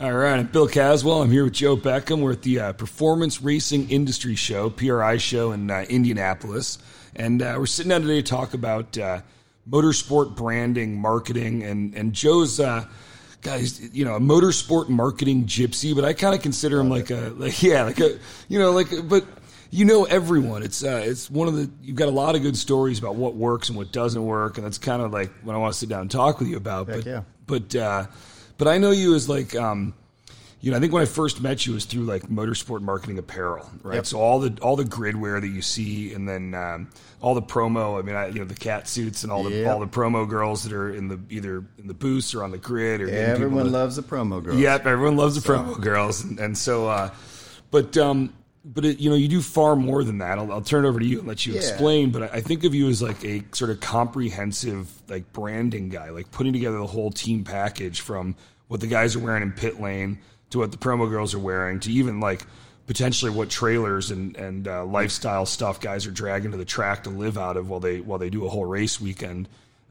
All right, I'm Bill Caswell. I'm here with Joe Beckham. We're at the uh, Performance Racing Industry Show, PRI show in uh, Indianapolis. And uh, we're sitting down today to talk about uh, motorsport branding, marketing, and, and Joe's, uh, guys, you know, a motorsport marketing gypsy, but I kind of consider him like a, like, yeah, like a, you know, like, a- but you know everyone. It's uh, it's one of the you've got a lot of good stories about what works and what doesn't work, and that's kind of like what I want to sit down and talk with you about. but yeah. but uh, but I know you as like um, you know I think when I first met you was through like motorsport marketing apparel, right? Yep. So all the all the gridware that you see, and then um, all the promo. I mean, I, you know the cat suits and all the Yep. all the promo girls that are in the either in the booths or on the grid or getting people Everyone to- loves a promo girl. Yep, everyone loves the promo girls, and, and so, uh, but um, but it, you know, you do far more than that. I'll, I'll turn it over to you and let you Yeah. explain. But I, I think of you as like a sort of comprehensive like branding guy, like putting together the whole team package from what the guys are wearing in pit lane to what the promo girls are wearing to even like potentially what trailers and and uh, lifestyle stuff guys are dragging to the track to live out of while they while they do a whole race weekend.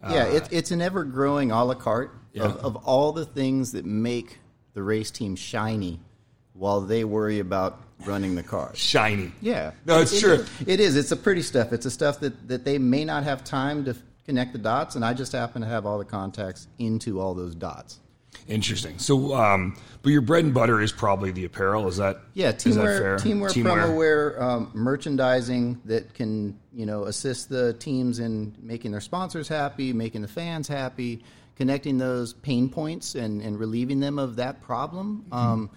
Yeah, it, it's an ever growing a la carte of, of all the things that make the race team shiny while they worry about running the cars. Shiny. Yeah. No, It- it's it- true. It is. It's the pretty stuff. It's the stuff that, that they may not have time to f- connect the dots, and I just happen to have all the contacts into all those dots. Interesting. So, um, but your bread and butter is probably the apparel. Is that Yeah, is that fair? teamwear, teamwear, promo wear, um, merchandising that can you know assist the teams in making their sponsors happy, making the fans happy, connecting those pain points and, and relieving them of that problem. Mm-hmm. Um,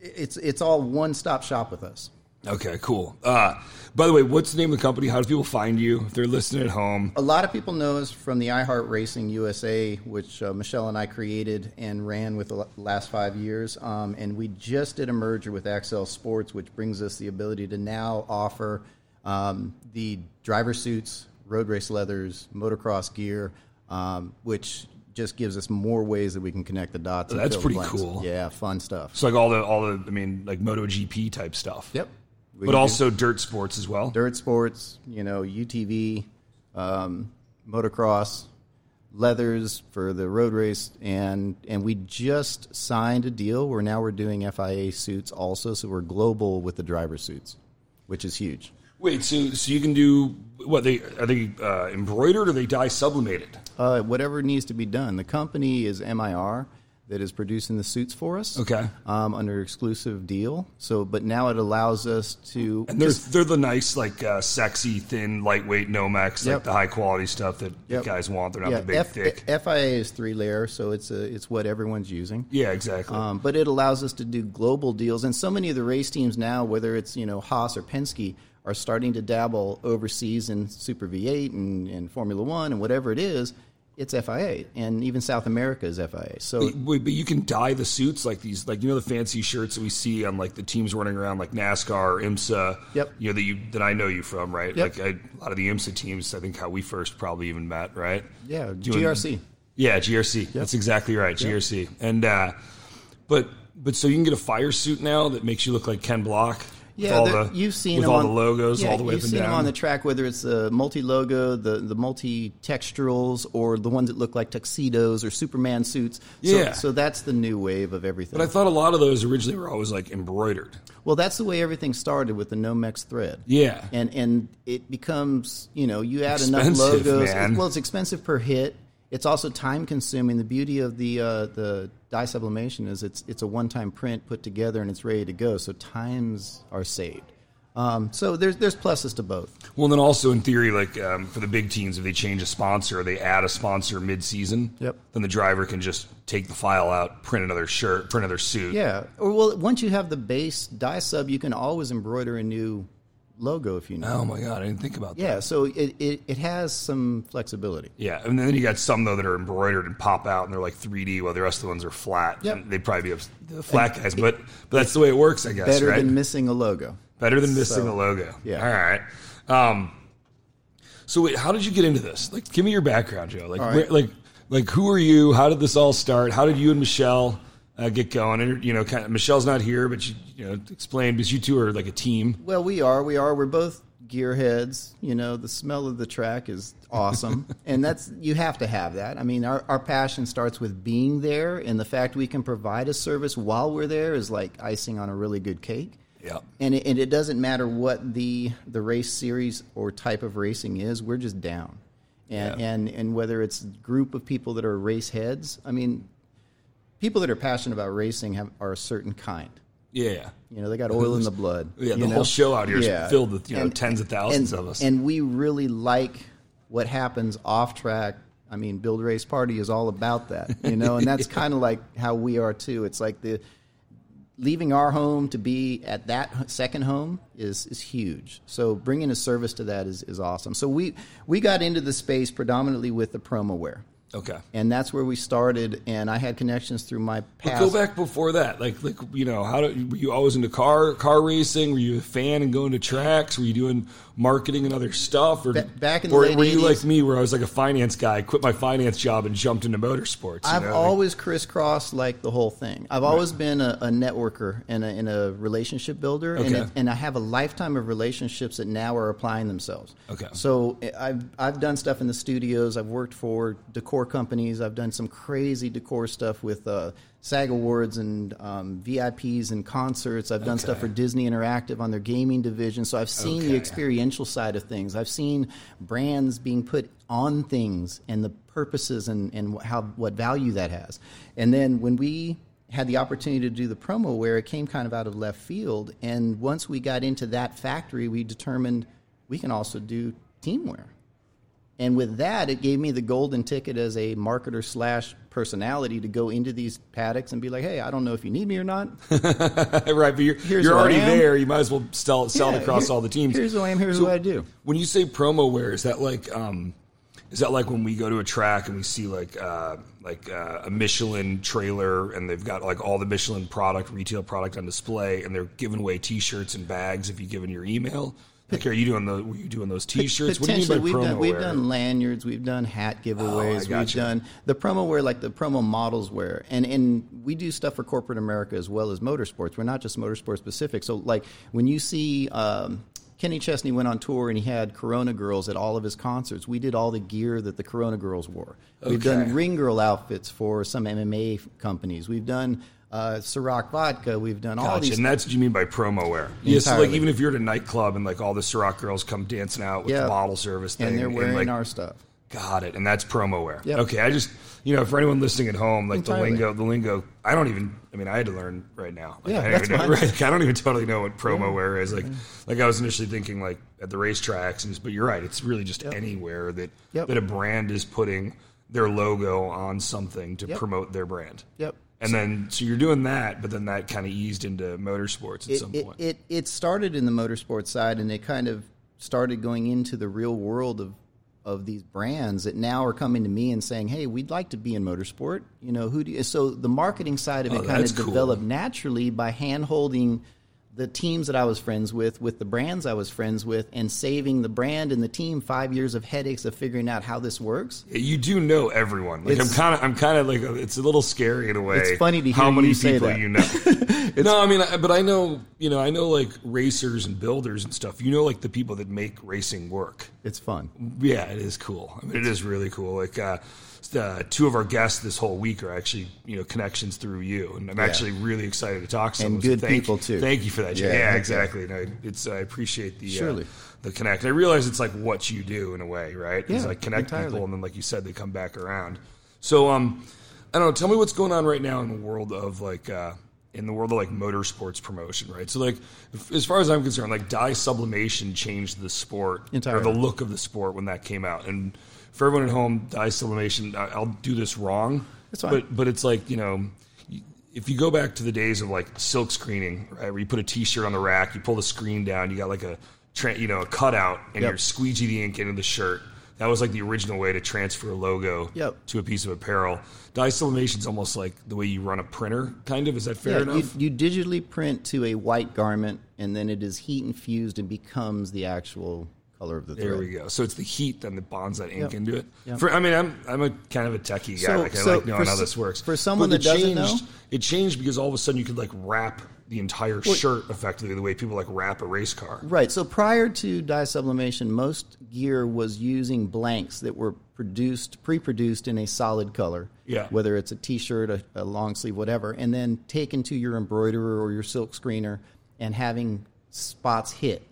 it- it's it's all one stop shop with us. Okay, cool. Uh, by the way, what's the name of the company? How do people find you if they're listening at home? A lot of people know us from the iHeart Racing USA, which uh, Michelle and I created and ran with the la- last five years. Um, and we just did a merger with Axel Sports, which brings us the ability to now offer um, the driver suits, road race leathers, motocross gear, um, which just gives us more ways that we can connect the dots. and That's fill the pretty blanks. cool. Yeah, fun stuff. It's like all the all the I mean like MotoGP type stuff. yep. We but can do also dirt sports as well. dirt sports, you know, UTV, um, motocross, leathers for the road race, and and we just signed a deal where now we're doing FIA suits also, so we're global with the driver suits, which is huge. Wait, so so you can do what they are they uh, embroidered or they dye sublimated? Uh, whatever needs to be done, the company is MIR that is producing the suits for us. Okay. Um, under exclusive deal, so but now it allows us to And they're they're the nice like uh, sexy thin lightweight Nomex like Yep. the high quality stuff that Yep. guys want. They're not the big F- thick. FIA is three layer, so it's a, it's what everyone's using. yeah, exactly. Um, but it allows us to do global deals, and so many of the race teams now, whether it's you know Haas or Penske, are starting to dabble overseas in Super V8 and, and Formula One and whatever it is. It's FIA, and even South America is FIA. So Wait, but you can dye the suits like these, like you know the fancy shirts that we see on like the teams running around, like NASCAR, or IMSA. Yep. You know that you that I know you from, right? Yep. Like I, a lot of the IMSA teams, I think how we first probably even met, right? yeah, Doing- GRC. Yeah, GRC. That's exactly right, GRC. And uh, but but so you can get a fire suit now that makes you look like Ken Block. Yeah, with all they're- the, you've seen with them all on, the logos yeah, all the way You've up and seen down. them on the track, whether it's the multi-logo, the the multi-texturals, or the ones that look like tuxedos or Superman suits. Yeah. So, so that's the new wave of everything. but I thought a lot of those originally were always like embroidered. Well, that's the way everything started with the Nomex thread. Yeah. And and it becomes, you know, you add enough Expensive, logos. man. Well, it's expensive per hit. It's also time consuming. The beauty of the uh, the dye sublimation is it's it's a one time print put together and it's ready to go. So times are saved. Um, so there's there's pluses to both. Well, then also in theory, like um, for the big teams, if they change a sponsor or they add a sponsor mid-season, Yep. then the driver can just take the file out, print another shirt, print another suit. Yeah. Or well, once you have the base dye sub, you can always embroider a new logo if you know. Oh my god, I didn't think about that. Yeah. So it, it, it has some flexibility. Yeah, and then you got some though that are embroidered and pop out, and they're like 3D, while the rest of the ones are flat. Yep. And They'd probably be ups- the flat guys, but but that's the way it works, I guess. Better right? than missing a logo. Better than missing So, a logo. yeah. All right. Um, so wait, how did you get into this? Like, give me your background, Joe. Like, where, like, like, who are you? How did this all start? How did you and Michelle uh, get going? And you know, kind of, Michelle's not here, but you, you know, explain because you two are like a team. Well, we are. We are. We're both gearheads. You know, the smell of the track is awesome, and that's you have to have that. I mean, our our passion starts with being there, and the fact we can provide a service while we're there is like icing on a really good cake. Yep. And it, and it doesn't matter what the the race series or type of racing is. We're just down, and Yeah. and and whether it's group of people that are race heads. I mean, people that are passionate about racing have, are a certain kind. Yeah. You know, they got oil in the blood. Yeah, the you whole know? show out here is Yeah. filled with you know And- tens of thousands And, of us. and we really like what happens off track. I mean, Build Race Party is all about that, you know, and that's kind of like how we are too. It's like the leaving our home to be at that second home is is huge. So bringing a service to that is, is awesome. So we we got into the space predominantly with the promoware, okay, and that's where we started. And I had connections through my but past. go back before that. Like, like you know, how do, were you always into car car racing? Were you a fan and going to tracks? Were you doing marketing and other stuff? Or Ba- back in the or late were you 80s? like me, where I was like a finance guy, quit my finance job and jumped into motorsports? you I've know? always crisscrossed like the whole thing. I've always been a, a networker and a, and a relationship builder, and, Okay. it, and I have a lifetime of relationships that now are applying themselves. Okay. So I- I've I've done stuff in the studios. I've worked for decor companies. I've done some crazy decor stuff with uh, SAG Awards and um, VIPs and concerts. I've done stuff Okay. for Disney Interactive on their gaming division. So I've seen the Okay. experiential side of things. I've seen brands being put on things and the purposes and, and how what value that has. And then when we had the opportunity to do the promo where it came kind of out of left field and once we got into that factory we determined we can also do teamwear. And with that, it gave me the golden ticket as a marketer slash personality to go into these paddocks and be like, hey, I don't know if you need me or not. right, but you're, Here's you're who I already am. there. You might as well sell, sell it Yeah, across here- all the teams. Here's who I am, here's So- what I do. When you say promo wear, is that like um, is that like when we go to a track and we see like uh, like uh, a Michelin trailer and they've got like all the Michelin product, retail product on display, and they're giving away T-shirts and bags if you give in your email. Like, are you doing the? Were you doing those T-shirts? What do you mean by Potentially, we've promo done we've wear? Oh, done lanyards, we've done hat giveaways, we've gotcha. done the promo wear like the promo models wear, and and we do stuff for corporate America as well as motorsports. We're not just motorsport specific. So like when you see. Um, Kenny Chesney went on tour and he had Corona girls at all of his concerts. We did all the gear that the Corona girls wore. We've Okay. done ring girl outfits for some MMA f- companies. We've done uh, Ciroc vodka. We've done all Gotcha, these and that's what you mean by promo wear. Yes, so, like Entirely. even if you're at a nightclub and like all the Ciroc girls come dancing out with Yeah. the bottle service thing, and they're wearing like, our stuff. Got it. And that's promo wear. Yep. Okay. I just, you know, for anyone listening at home, like Entirely. the lingo, the lingo, I don't even, I mean, I had to learn right now. Like, Yeah, I, don't that's even know, fine. right? Like, I don't even totally know what promo wear is. Like, like I was initially thinking like at the racetracks, and, but you're right. It's really just anywhere that, Yep. that a brand is putting their logo on something to Yep. promote their brand. Yep. And then, so you're doing that, but then that kind of eased into motorsports at it, some it, point. It, it started in the motorsports side, and it kind of started going into the real world of of these brands that now are coming to me and saying, "Hey, we'd like to be in motorsport." You know, who do you, so the marketing side of Oh, it kind that's of cool. developed naturally by hand holding the teams that I was friends with, with the brands I was friends with, and saving the brand and the team five years of headaches of figuring out how this works. You do know everyone. Like I'm It's- kind of, I'm kind of like it's a little scary in a way. It's funny to how hear many you say people that. you know. no, I mean, I- but I know, you know, I know like racers and builders and stuff. You know, like the people that make racing work. It's fun. Yeah, it is cool. I mean, it is really cool. Like uh, uh, two of our guests this whole week are actually you know connections through you, and I'm actually really excited to talk to someone. And So good thank- people, too. Thank you for that. Yeah, Yeah, yeah. exactly. No, it's I appreciate the Surely. Uh, the connect. I realize it's like what you do in a way, right? It's Yeah, like connect entirely. people, and then like you said, they come back around. So um, I don't know. Tell me what's going on right now in the world of like. Uh, in the world of like motorsports promotion, right? So, like, if, as far as I'm concerned, like dye sublimation changed the sport or Entirely. the look of the sport when that came out. And for everyone at home, dye sublimation, I- I'll do this wrong. That's fine. But, but it's like, you know, y- if you go back to the days of like silk screening, right, where you put a t shirt on the rack, you pull the screen down, you got like a, tra- you know, a cutout and Yep. you're squeegee the ink into the shirt. That was like the original way to transfer a logo Yep. to a piece of apparel. Dye sublimation's almost like the way you run a printer, kind of. Is that fair Yeah, enough? You, you digitally print to a white garment, and then it is heat infused and becomes the actual color of the There thread. we go. So it's the heat then that bonds that ink Yep. into it. Yep. For, I mean, I'm I'm a kind of a techie guy. So- like, I so like knowing for how s- this works. for someone But that it doesn't changed- know? it changed because all of a sudden you could like wrap the entire shirt effectively the way people like wrap a race car. Right. So prior to dye sublimation, most gear was using blanks that were produced, pre-produced in a solid color. Yeah. Whether it's a T-shirt, a, a long sleeve, whatever, and then taken to your embroiderer or your silk screener and having spots hit,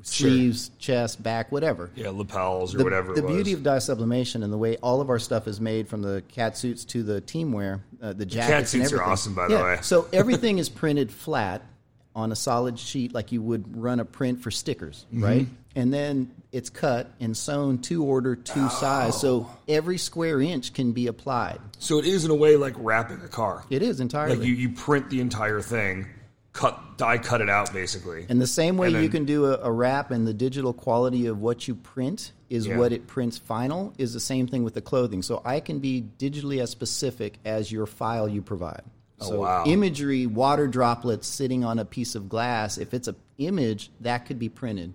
sleeves, chest, back, whatever. Yeah, lapels or The- whatever. The it was. beauty of dye sublimation and the way all of our stuff is made, from the cat suits to the team wear, uh, the jackets. cat and suits are everything. awesome, by the yeah. way. so everything is printed flat on a solid sheet, like you would run a print for stickers, Mm-hmm. right? And then it's cut and sewn to order, to size. So every square inch can be applied. So it is in a way like wrapping a car. It is entirely. Like you, you print the entire thing, cut die cut it out basically. and the same way and you then- can do a, a wrap and the digital quality of what you print is Yeah. what it prints final is the same thing with the clothing. So I can be digitally as specific as your file you provide. Oh, so wow. imagery, water droplets sitting on a piece of glass, if it's a image, that could be printed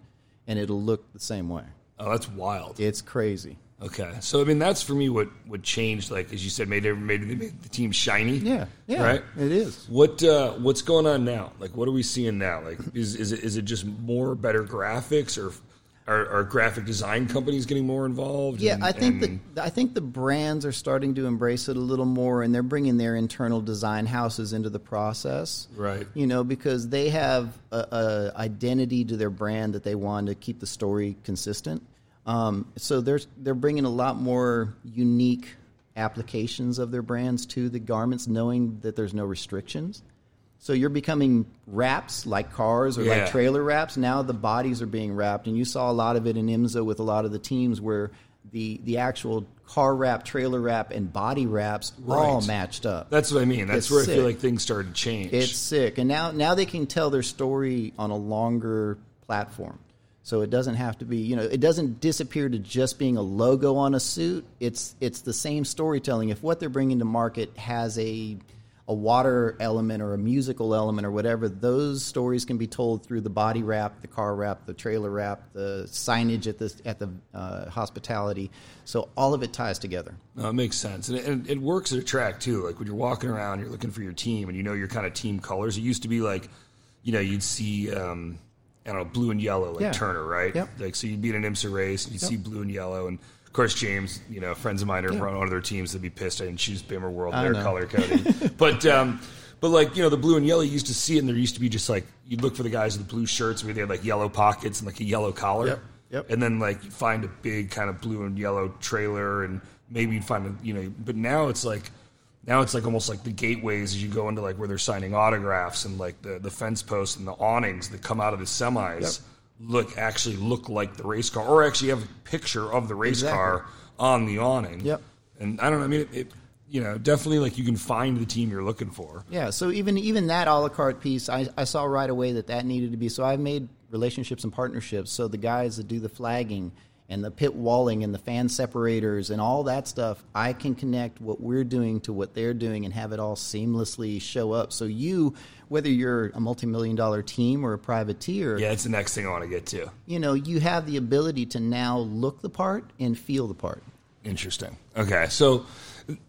and it'll look the same way. oh, that's wild. It's crazy. Okay, so I mean that's for me what what changed. Like as you said, made every- made, they made the team shiny. Yeah. Yeah. Right. It is. What uh, what's going on now? Like, what are we seeing now? Like, is is it, is it just more better graphics, or are, are graphic design companies getting more involved? Yeah, And- I think and- the I think the brands are starting to embrace it a little more, and they're bringing their internal design houses into the process. Right. You know, because they have a, a identity to their brand that they want to keep the story consistent. Um, so they're they're bringing a lot more unique applications of their brands to the garments, knowing that there's no restrictions. So you're becoming wraps like cars or Yeah. like trailers trailer wraps. Now the bodies are being wrapped, and you saw a lot of it in IMSA with a lot of the teams where the the actual car wrap, trailer wrap, and body wraps all Right. matched up. that's what I mean. That's It's where I sick. feel like things started to change. It's sick, and now now they can tell their story on a longer platform. So it doesn't have to be, you know, it doesn't disappear to just being a logo on a suit. It's it's the same storytelling. If what they're bringing to market has a a water element or a musical element or whatever, those stories can be told through the body wrap, the car wrap, the trailer wrap, the signage at the at the uh, hospitality. So all of it ties together. No, it makes sense, and it, and it works at a track too. Like when you're walking around, you're looking for your team, and you know your kind of team colors. It used to be like, you know, you'd see, um, I don't know, blue and yellow, like Yeah. Turner, right? Yep. Like so, you'd be in an IMSA race, and you'd see blue and yellow, and of course James, you know, friends of mine are on one of their teams. They'd be pissed I didn't choose Bimmer World their know. color coding, but. um but like you know, the blue and yellow you used to see, it, and there used to be just like you'd look for the guys with the blue shirts where they had like yellow pockets and like a yellow collar, Yep, yep. and then like you find a big kind of blue and yellow trailer and maybe you'd find a you know but now it's like now it's like almost like the gateways as you go into like where they're signing autographs and like the, the fence posts and the awnings that come out of the semis look actually look like the race car or actually have a picture of the race Exactly. car on the awning Yep. and i don't know i mean it, it you know definitely like you can find the team you're looking for Yeah, so even even that a la carte piece, I, I saw right away that that needed to be. So I've made relationships and partnerships. So the guys that do the flagging and the pit walling and the fan separators and all that stuff, I can connect what we're doing to what they're doing and have it all seamlessly show up. So you, whether you're a multi-million dollar team or a privateer, yeah that's the next thing i want to get to you know you have the ability to now look the part and feel the part. Interesting. Okay, so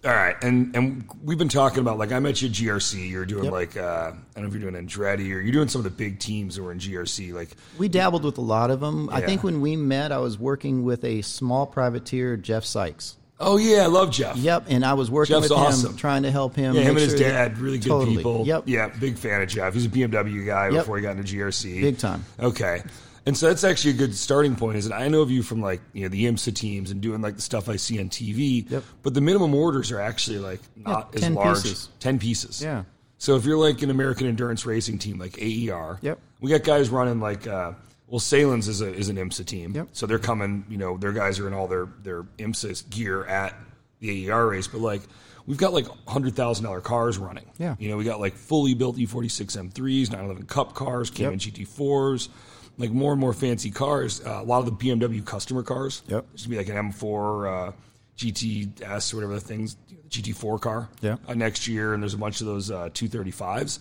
all right, and and we've been talking about like I met you at GRC. You're doing Yep. like uh, I don't know if you're doing Andretti or you're doing some of the big teams that were in GRC. Like We dabbled with a lot of them. I Yeah. think when we met, I was working with a small privateer, Jeff Sykes. oh yeah, I love Jeff. Yep, and I was working Jeff's with him, awesome. trying to help him. Yeah, him make and his sure that- dad, really good totally. people. Yep. Yeah, big fan of Jeff. He's a BMW guy Yep. before he got into GRC. Big time. Okay. And so that's actually a good starting point, is that I know of you from like, you know, the IMSA teams and doing like the stuff I see on TV. Yep. But the minimum orders are actually like not as 10 large. pieces. Ten pieces. Yeah. So if you're like an American endurance racing team like E AER, Yep. we got guys running like uh well, Salins is a, is an IMSA team, Yep. so they're coming. You know, their guys are in all their their IMSA gear at the AER race, but like we've got like hundred thousand dollar cars running. Yeah. you know, we got like fully built E forty six M threes, nine eleven Cup cars, Cayman GT fours, like more and more fancy cars. Uh, a lot of the BMW customer cars. Yep. There's gonna be like an M four uh, GTS or whatever the things GT four car. Yeah. Uh, next year, and there's a bunch of those uh, 235s.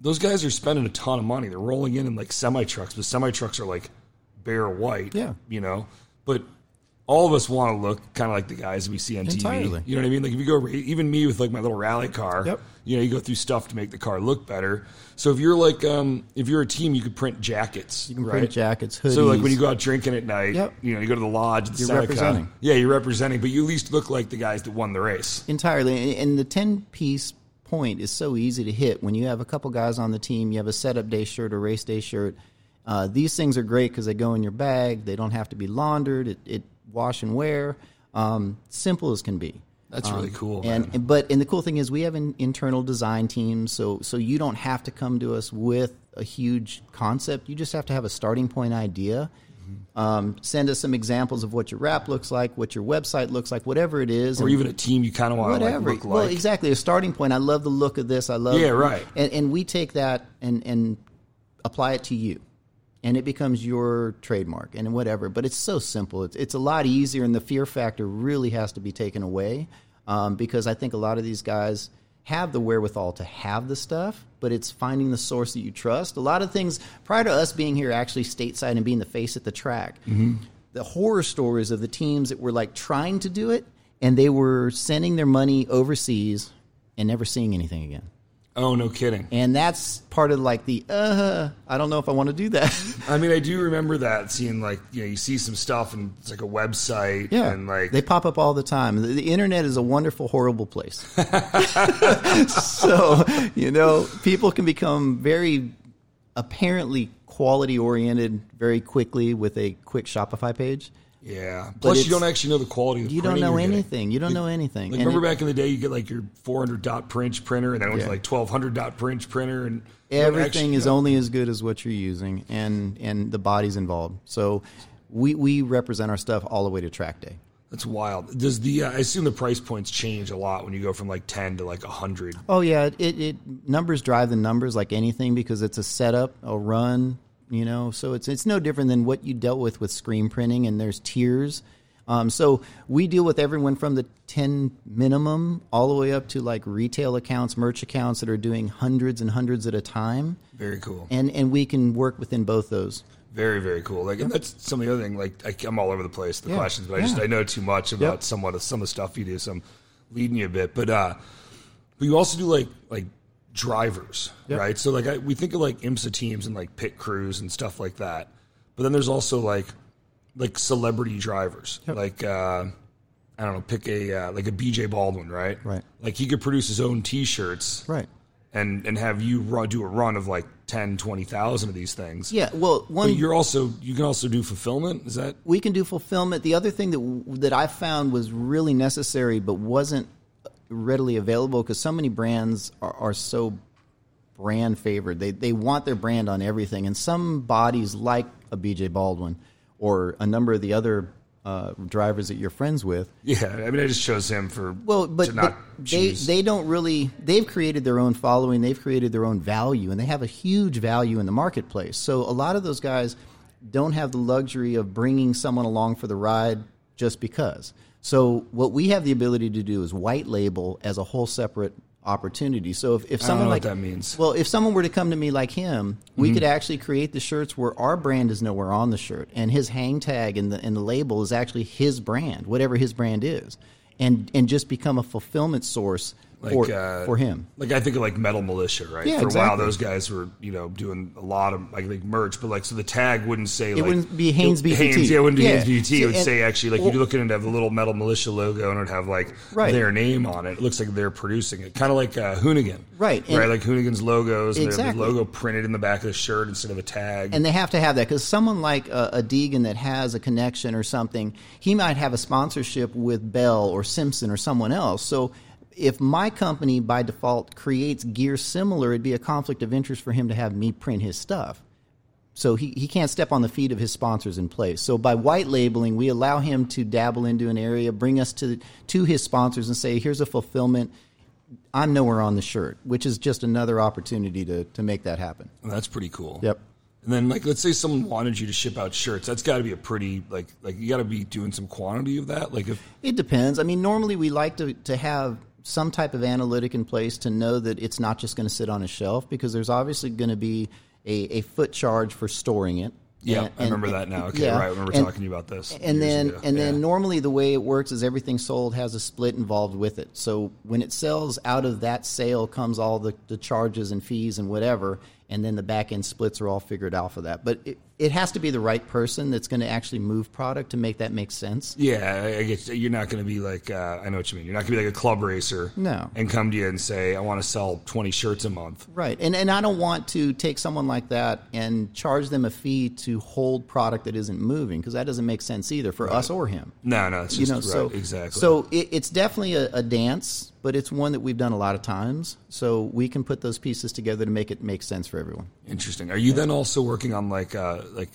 Those guys are spending a ton of money. They're rolling in in like semi trucks, but semi trucks are like bare white. Yeah. You know, but all of us want to look kind of like the guys we see on Entirely. TV. You know what I mean? Like if you go, ra- even me with like my little rally car, Yep. you know, you go through stuff to make the car look better. So if you're like, um, if you're a team, you could print jackets. You can print jackets, hoodies. So like when you go out drinking at night, Yep. you know, you go to the lodge, the You're Seneca. representing. Yeah, you're representing, but you at least look like the guys that won the race. entirely, and and the ten piece point is so easy to hit when you have a couple guys on the team. You have a setup day shirt, a race day shirt. Uh, these things are great because they go in your bag. They don't have to be laundered. It, it wash and wear. Um, simple as can be. That's really cool. man. Um, And, and but and the cool thing is we have an internal design team, so so you don't have to come to us with a huge concept. You just have to have a starting point idea. Mm-hmm. Um, send us some examples of what your wrap looks like, what your website looks like, whatever it is, or and even a team you kind of want to like whatever. look like. well, exactly a starting point. I love the look of this. I love Yeah, right. And, and we take that and and apply it to you, and it becomes your trademark and whatever. But it's so simple. It's it's a lot easier, and the fear factor really has to be taken away um, because I think a lot of these guys have the wherewithal to have the stuff but it's finding the source that you trust a lot of things prior to us being here actually stateside and being the face at the track the horror stories of the teams that were like trying to do it and they were sending their money overseas and never seeing anything again. oh, no kidding. And that's part of like the uh I don't know if I want to do that. I mean, I do remember that seeing like you know you see some stuff and it's like a website and like they pop up all the time. The, the internet is a wonderful horrible place. so, you know, people can become very apparently quality oriented very quickly with a quick Shopify page. yeah. Plus, you it's- don't actually know the quality. of the You don't printing know you're getting. anything. You don't know anything. Like, And remember it- back in the day, you get like your 400 dot print printer, and then it went to Yeah. like 1200 dot print printer, and you don't everything actually is know. only as good as what you're using and and the body's involved so we we represent our stuff all the way to track day That's wild. Does the uh, I assume the price points change a lot when you go from like 10 to like 100? oh yeah it, it, it numbers drive the numbers like anything because it's a setup a run you know so it's it's no different than what you dealt with with screen printing and there's tiers um, so we deal with everyone from the 10 minimum all the way up to like retail accounts merch accounts that are doing hundreds and hundreds at a time Very cool. and and we can work within both those Very very cool. Like and that's some of the other thing. Like I, I'm all over the place with the Yeah. questions, but I just Yeah. I know too much about Yep. somewhat of some of the stuff you do. So I'm leading you a bit, but uh, but you also do like like drivers, right? So like I, we think of like IMSA teams and like pit crews and stuff like that, but then there's also like like celebrity drivers, like. uh I don't know, pick a uh, like a BJ Baldwin, right? Right. Like he could produce his own T-shirts, right And and have you run, do a run of like 10, 20,000 of these things, yeah well one but you're also you can also do fulfillment. Is that we can do fulfillment. The other thing that that I found was really necessary, but wasn't readily available because so many brands are, are so brand favored. They they want their brand on everything, and some bodies like a BJ Baldwin or a number of the other uh, drivers that you're friends with yeah? I mean, I just chose him for well, but, to not but they choose. they don't really. They've created their own following. They've created their own value, and they have a huge value in the marketplace. So a lot of those guys don't have the luxury of bringing someone along for the ride just because. So what we have the ability to do is white label as a whole separate opportunity. So if, if I don't someone know like what that means. well, if someone were to come to me like him, we could actually create the shirts where our brand is nowhere on the shirt, and his hang tag and the and the label is actually his brand, whatever his brand is, and and just become a fulfillment source for uh, for him. Like I think of like Metal Militia, right? Yeah, for a while, exactly. those guys were you know doing a lot of like, like merch, but like so the tag wouldn't say like wouldn't be Hanes BBT. Hanes, yeah, it wouldn't be Yeah. Hanes BBT. It So- would and- say actually like well- you'd look at it and have the little Metal Militia logo and it'd have like Right. their name on it. It looks like they're producing it, kind of like uh, Hoonigan, Right, and- Right, like Hoonigan's logos, and their Exactly. logo printed in the back of the shirt instead of a tag. and they have to have that because someone like uh, a, a Deegan that has a connection or something, he might have a sponsorship with Bell or Simpson or someone else. So if my company by default creates gear similar, it'd be a conflict of interest for him to have me print his stuff. So he, he can't step on the feet of his sponsors in place. So by white labeling, we allow him to dabble into an area, bring us to to his sponsors, and say, "Here's a fulfillment." I'm nowhere on the shirt, which is just another opportunity to to make that happen. That's pretty cool. Yep. And then, like, let's say someone wanted you to ship out shirts. That's got to be a pretty like like you got to be doing some quantity of that. Like, if It depends. I mean, normally we like to, to have some type of analytic in place to know that it's not just going to sit on a shelf because there's obviously going to be a, a foot charge for storing it. Yeah, And- I remember and- that now. Okay, yeah. right. I remember And- talking to you about this. and years then ago. and then Yeah. normally the way it works is everything sold has a split involved with it. So when it sells, out of that sale comes all the, the charges and fees and whatever, and then the back end splits are all figured out for that. But it, it has to be the right person that's going to actually move product to make that make sense. Yeah, I- I guess you're not going to be like uh, I know what you mean. You're not going to be like a club racer, No. and come to you and say I want to sell 20 shirts a month. Right. And and I don't want to take someone like that and charge them a fee to hold product that isn't moving because that doesn't make sense either for us or him. No, no, it's you just know right, so exactly. so it, it's definitely a, a dance but it's one that we've done a lot of times so we can put those pieces together to make it make sense for everyone Interesting. Are you then also working on like uh, like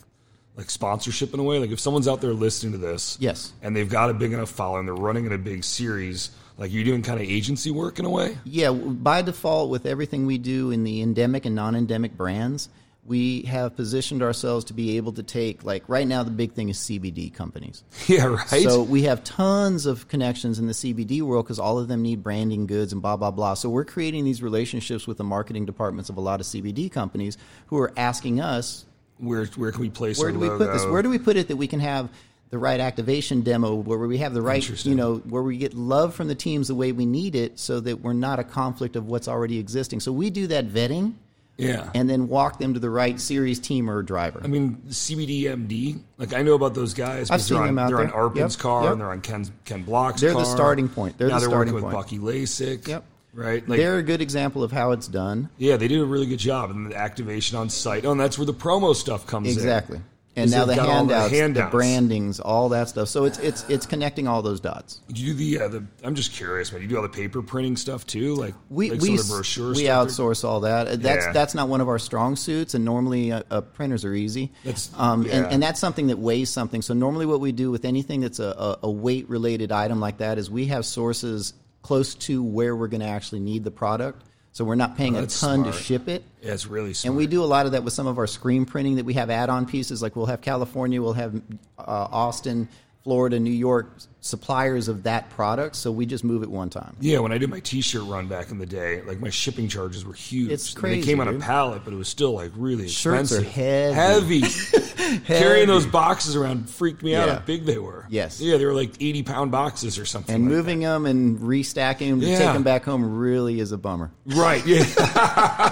like sponsorship in a way? Like if someone's out there listening to this, Yes. and they've got a big enough following, they're running in a big series. Like you're doing kind of agency work in a way. yeah w- by default with everything we do in the endemic and non-endemic brands we have positioned ourselves to be able to take like right now the big thing is cbd companies Yeah, right. So we have tons of connections in the CBD world because all of them need branding goods and blah blah blah. So we're creating these relationships with the marketing departments of a lot of CBD companies who are asking us, where where can we place? where our do we put this? logo? Where do we put it that we can have the right activation demo where we have the right, Interesting. you know, where we get love from the teams the way we need it, so that we're not a conflict of what's already existing. So we do that vetting yeah. and then walk them to the right series team or driver. I mean, CBDMD. E Like I know about those guys. because seen they're on, them out They're there. on Arpin's Yep, car yep. and they're on Ken Ken Block's. They're the car. starting point. They're now the they're starting working with point. Bucky Lasik. Yep. Right. Like They're a good example of how it's done. yeah, they did a really good job. And the activation on site. Oh, and that's where the promo stuff comes Exactly. in. And Because now the they've got all handouts, handouts. the brandings, all that stuff. So it's it's it's connecting all those dots. Do you do the, uh, the I'm just curious, man. You do all the paper printing stuff too, like We like we some of the brochure we stuff. there? outsource all that. Uh, That's Yeah. that's not one of our strong suits, and normally uh, uh, printers are easy. That's- um, yeah. and, and that's something that weighs something. So normally, what we do with anything that's a, a, a weight related item like that is we have sources close to where we're going to actually need the product. So we're not paying a that's ton to smart. ship it. Yeah, it's really smart. And we do a lot of that with some of our screen printing that we have add-on pieces. Like we'll have California, we'll have uh, Austin, Florida, New York suppliers of that product. So we just move it one time. yeah, when I did my T-shirt run back in the day, like my shipping charges were huge. It's And crazy, they came on a dude. pallet, but it was still like really Shirts are expensive. heavy. Heavy. Carrying those boxes around freaked me out. Yeah. How big they were. Yes. Yeah, they were like 80 pound boxes or something. And like moving them and restacking them to Yeah. take them back home really is a bummer. Right. Yeah.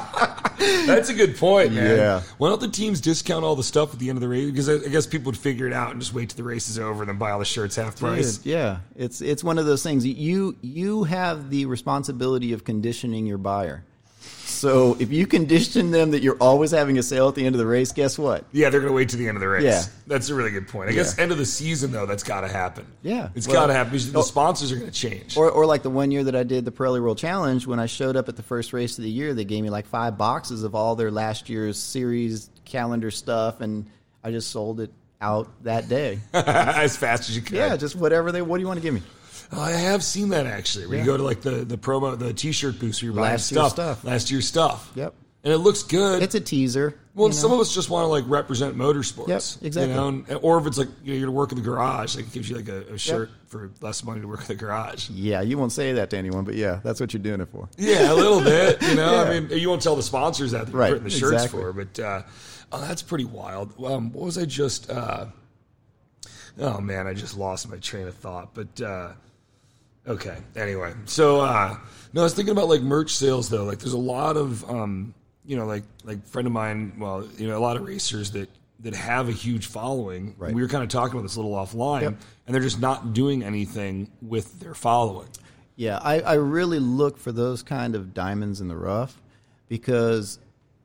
That's a good point, man. Yeah. Why don't the teams discount all the stuff at the end of the race? Because I, I guess people would figure it out and just wait till the race is over and then buy all the shirts half price. Dude, yeah, it's it's one of those things. You you have the responsibility of conditioning your buyer. So if you condition them that you're always having a sale at the end of the race, guess what? Yeah, they're going to wait to the end of the race. Yeah. That's a really good point. I guess end of the season, though, that's got to happen. Yeah. It's Well- oh. got to happen because the sponsors are going to change. Or, or like the one year that I did the Pirelli World Challenge, when I showed up at the first race of the year, they gave me like five boxes of all their last year's series calendar stuff, and I just sold it out that day. as fast as you can. yeah, just whatever they. What do you want to give me? Oh, I have seen that actually. Where you Yeah. go to like the, the promo, the t shirt booth where you're buying Last year's stuff, stuff. Last year's stuff. Yep. And it looks good. It's a teaser. Well, you know? some of us just want to like represent motorsports. Yep, exactly. You know? and- or if it's like you know, you're to work in the garage, like it gives you like a, a shirt for less money to work in the garage. yeah, you won't say that to anyone, but yeah, that's what you're doing it for. Yeah, a little bit. You know, I mean, you won't tell the sponsors that they're Right, printing the shirts exactly. for, but uh, oh, that's pretty wild. Um, what was I just? Uh, oh man, I just lost my train of thought. But uh, okay, anyway. So uh, no, I was thinking about like merch sales though. Like, there's a lot of um, you know, like like friend of mine. Well, you know, a lot of racers that that have a huge following. Right. We were kind of talking about this a little offline, Yep. and they're just not doing anything with their following. Yeah, I, I really look for those kind of diamonds in the rough because,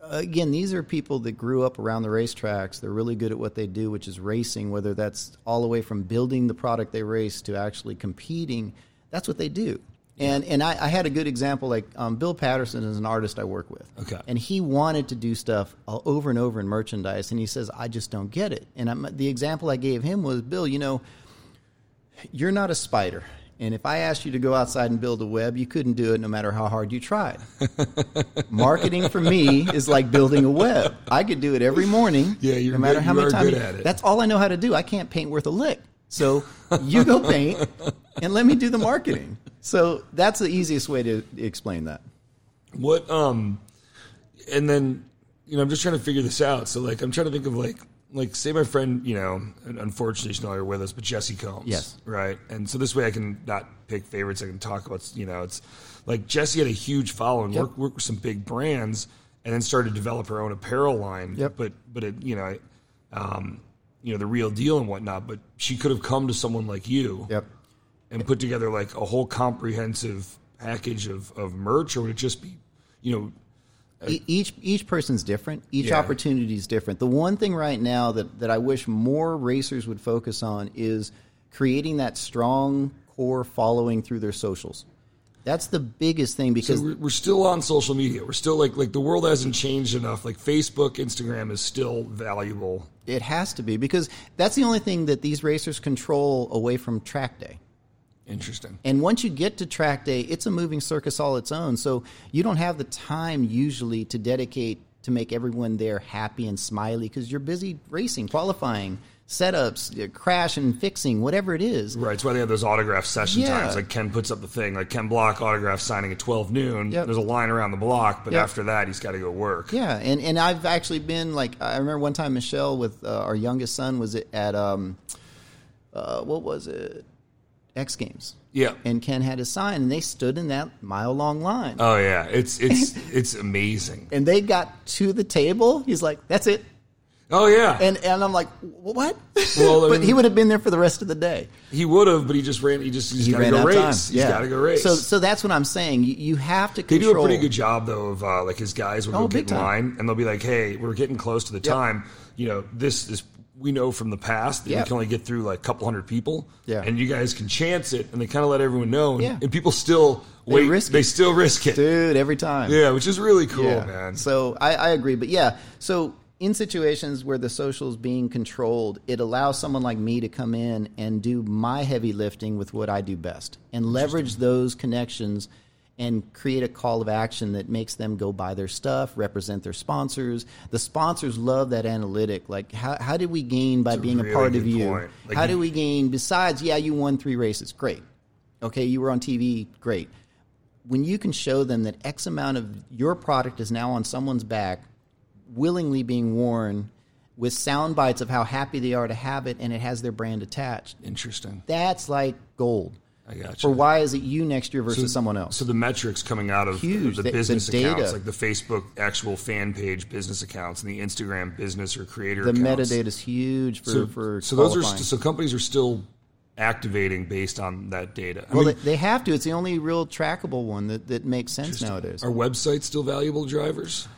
again, these are people that grew up around the racetracks. They're really good at what they do, which is racing, whether that's all the way from building the product they race to actually competing. That's what they do. And, and I, I had a good example like um, Bill Patterson is an artist I work with. Okay. And he wanted to do stuff all over and over in merchandise. And he says, I just don't get it. And I'm, the example I gave him was Bill, you know, you're not a spider. And if I asked you to go outside and build a web, you couldn't do it no matter how hard you tried. Marketing for me is like building a web. I could do it every morning. Yeah, you're no matter good- how you many are times. good at it. That's all I know how to do. I can't paint worth a lick. So you go paint and let me do the marketing. So that's the easiest way to explain that. What um, and then you know I'm just trying to figure this out. So like I'm trying to think of like like say my friend, you know, and unfortunately she's no longer with us, but Jesse Combs. Yes. Right. And so this way I can not pick favorites. I can talk about, you know, it's like Jesse had a huge following, Yep. worked, worked with some big brands and then started to develop her own apparel line. Yep. But, but it, you know, I, um, you know, the real deal and whatnot, but she could have come to someone like you Yep. and put together like a whole comprehensive package of, of merch or would it just be, you know, E- each each person's different. Each Yeah. opportunity is different. The one thing right now that that I wish more racers would focus on is creating that strong core following through their socials. That's the biggest thing because So we're, we're still on social media. We're still like like the world hasn't changed enough. Like Facebook, Instagram is still valuable. It has to be because that's the only thing that these racers control away from track day. Interesting. And once you get to track day, it's a moving circus all its own. So you don't have the time usually to dedicate to make everyone there happy and smiley because you're busy racing, qualifying, setups, uh, crash and fixing, whatever it is. Right. That's why they have those autograph session Yeah. times. Like Ken puts up the thing. Like Ken Block autograph signing at twelve noon. Yep. There's a line around the block, but Yep. after that, he's got to go work. Yeah, and, and I've actually been like I remember one time Michelle with uh, our youngest son was at um, uh, what was it X Games, Yeah. and Ken had his sign, and they stood in that mile long line. Oh yeah. It's it's it's amazing. and they got to the table. He's like, "That's it," Oh yeah. and and I'm like, "What?" Well, I but he mean- would have been there for the rest of the day. he would have, but he just ran. He just he's He got to ran go out race. of time. He's got to go race. So so that's what I'm saying. You, you have to They do control. a pretty good job though of uh, like his guys will go Oh, get big in time. line and they'll be like, "Hey, we're getting close to the time. You know, this is we know from the past that we Yeah. can only get through like a couple hundred people. Yeah. and you guys can chance it." And they kind of let everyone know, and, Yeah. and people still wait. They, risk it. still risk it. dude every time. Yeah, which is really cool, Yeah. man. So I, I agree, but yeah. So in situations where the social is being controlled, it allows someone like me to come in and do my heavy lifting with what I do best, and leverage those connections and create a call of action that makes them go buy their stuff, represent their sponsors. The sponsors love that analytic. Like, how, how did we gain by being really a part of good you? point. Like, how you- do we gain besides, yeah, you won three races, great. Okay, you were on TV, great when you can show them that X amount of your product is now on someone's back, willingly being worn, with sound bites of how happy they are to have it, and it has their brand attached, Interesting. that's like gold. I got For you. why is it you next year versus someone else? So the metrics coming out of Huge. the, The- the business data. accounts, like the Facebook actual fan page business accounts, and the Instagram business or creator the accounts. metadata is huge for So, for so those are qualifying. st- so companies are still activating based on that data. I well, mean, they, they have to. It's the only real trackable one that, that makes sense nowadays. Are websites still valuable to drivers?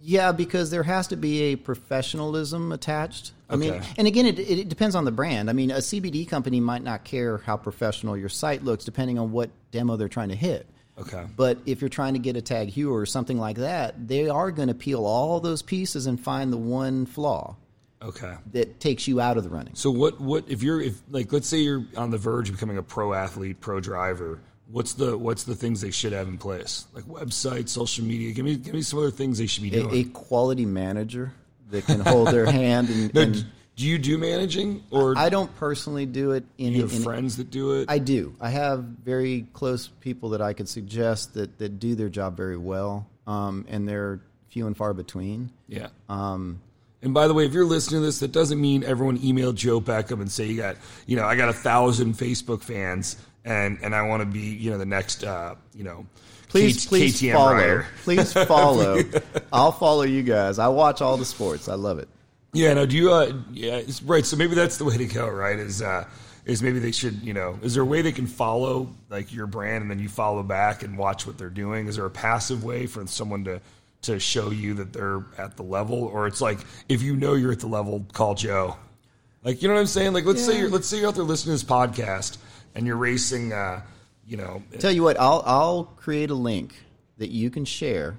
Yeah, because there has to be a professionalism attached. I mean, Okay. and again, it, it depends on the brand. I mean, a CBD company might not care how professional your site looks, depending on what demo they're trying to hit. Okay. But if you're trying to get a tag hue or something like that, they are going to peel all those pieces and find the one flaw Okay. that takes you out of the running. So what what if you're if like let's say you're on the verge of becoming a pro athlete, pro driver, what's the what's the things they should have in place? Like website, social media. Give me give me some other things they should be A, doing. a quality manager that can hold their hand and, No, and d- do you do managing or I don't personally do it in do you have in, friends that do it? I do. I have very close people that I could suggest that, that do their job very well, um, and they're few and far between. Yeah. Um, and by the way, if you're listening to this, that doesn't mean everyone email Joe Beckham and say you got, you know, I got a thousand Facebook fans and and I want to be, you know, the next, uh, you know, Please, K- please KTM follow. rider. Please follow. I'll follow you guys. I watch all the sports. I love it. Yeah. Now, do you? Uh, yeah. it's- Right. So maybe that's the way to go. Right? Is uh, is maybe they should, you know, is there a way they can follow like your brand and then you follow back and watch what they're doing? Is there a passive way for someone to? To show you that they're at the level, or it's like if you know you're at the level, call Joe. Like you know what I'm saying? Like let's say you're let's say you're out there listening to this podcast and you're racing uh, you know Tell you what, I'll I'll create a link that you can share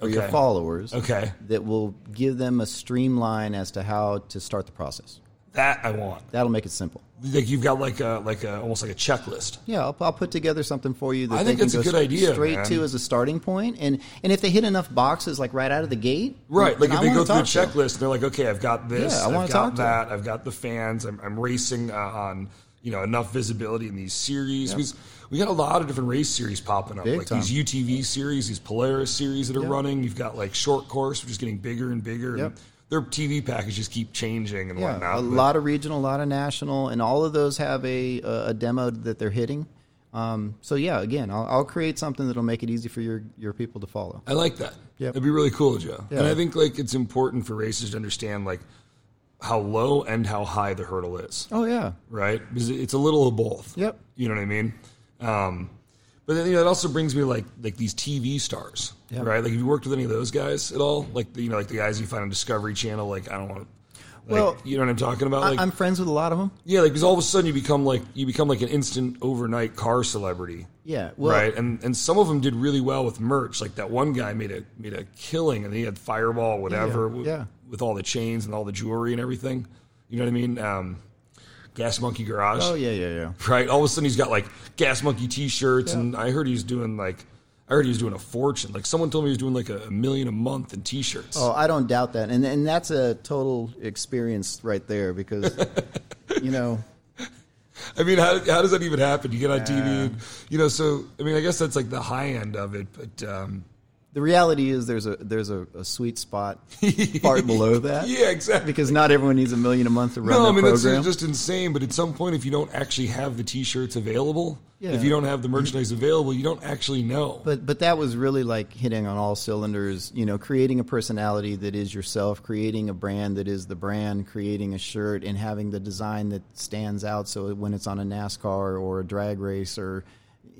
for your Okay. followers. Okay. That will give them a streamline as to how to start the process. that I want. That'll make it simple. Like you've got like a like a almost like a checklist. Yeah, I'll, I'll put together something for you that I they think can that's a go good stra- idea, straight man. to as a starting point, and and if they hit enough boxes like right out of the gate, Right. Like then if I they wanna go through a talk to them. checklist and they're like, okay, I've got this, Yeah, I wanna I've talk got to them. that, I've got the fans, I'm, I'm racing uh, on, you know, enough visibility in these series. We, we got a lot of different race series popping up, Big like time. these UTV series, these Polaris series that are running. You've got like short course, which is getting bigger and bigger. Yep. And their TV packages keep changing and Yeah, whatnot. a but- lot of regional, a lot of national, and all of those have a a, a demo that they're hitting. Um, so yeah, again, I'll, I'll create something that'll make it easy for your your people to follow. I like that. Yep. That'd be really cool, Joe. Yeah. And I think like it's important for racers to understand like how low and how high the hurdle is, Oh yeah, right? Because it's a little of both. Yep. You know what I mean? Um, but then you know it also brings me like like these TV stars, Yeah. right? Like have you worked with any of those guys at all? Like you know like the guys you find on Discovery Channel. Like I don't want to. Like, Well, you know what I'm talking about? Like, I, I'm friends with a lot of them. yeah, like because all of a sudden you become like you become like an instant overnight car celebrity, Yeah, well, right? And and some of them did really well with merch. Like that one guy made a made a killing, and he had Fireball, whatever, Yeah, with, yeah. with all the chains and all the jewelry and everything. You know what I mean? Um, Gas Monkey Garage, Oh yeah, yeah, yeah. right? All of a sudden he's got like Gas Monkey T-shirts, and I heard he's doing like I heard he was doing a fortune. Like someone told me he was doing like a, a million a month in T-shirts. Oh, I don't doubt that, and and that's a total experience right there because you know I mean, how, how does that even happen? You get on TV, and, you know. So I mean, I guess that's like the high end of it, but um, the reality is there's a there's a, a sweet spot far below that yeah, exactly. because not everyone needs a million a month to run No, their I mean that's program. just insane. But at some point, if you don't actually have the T-shirts available, Yeah. if you don't have the merchandise available, you don't actually know. but but that was really like hitting on all cylinders. You know, creating a personality that is yourself, creating a brand that is the brand, creating a shirt, and having the design that stands out. So when it's on a NASCAR or a drag race or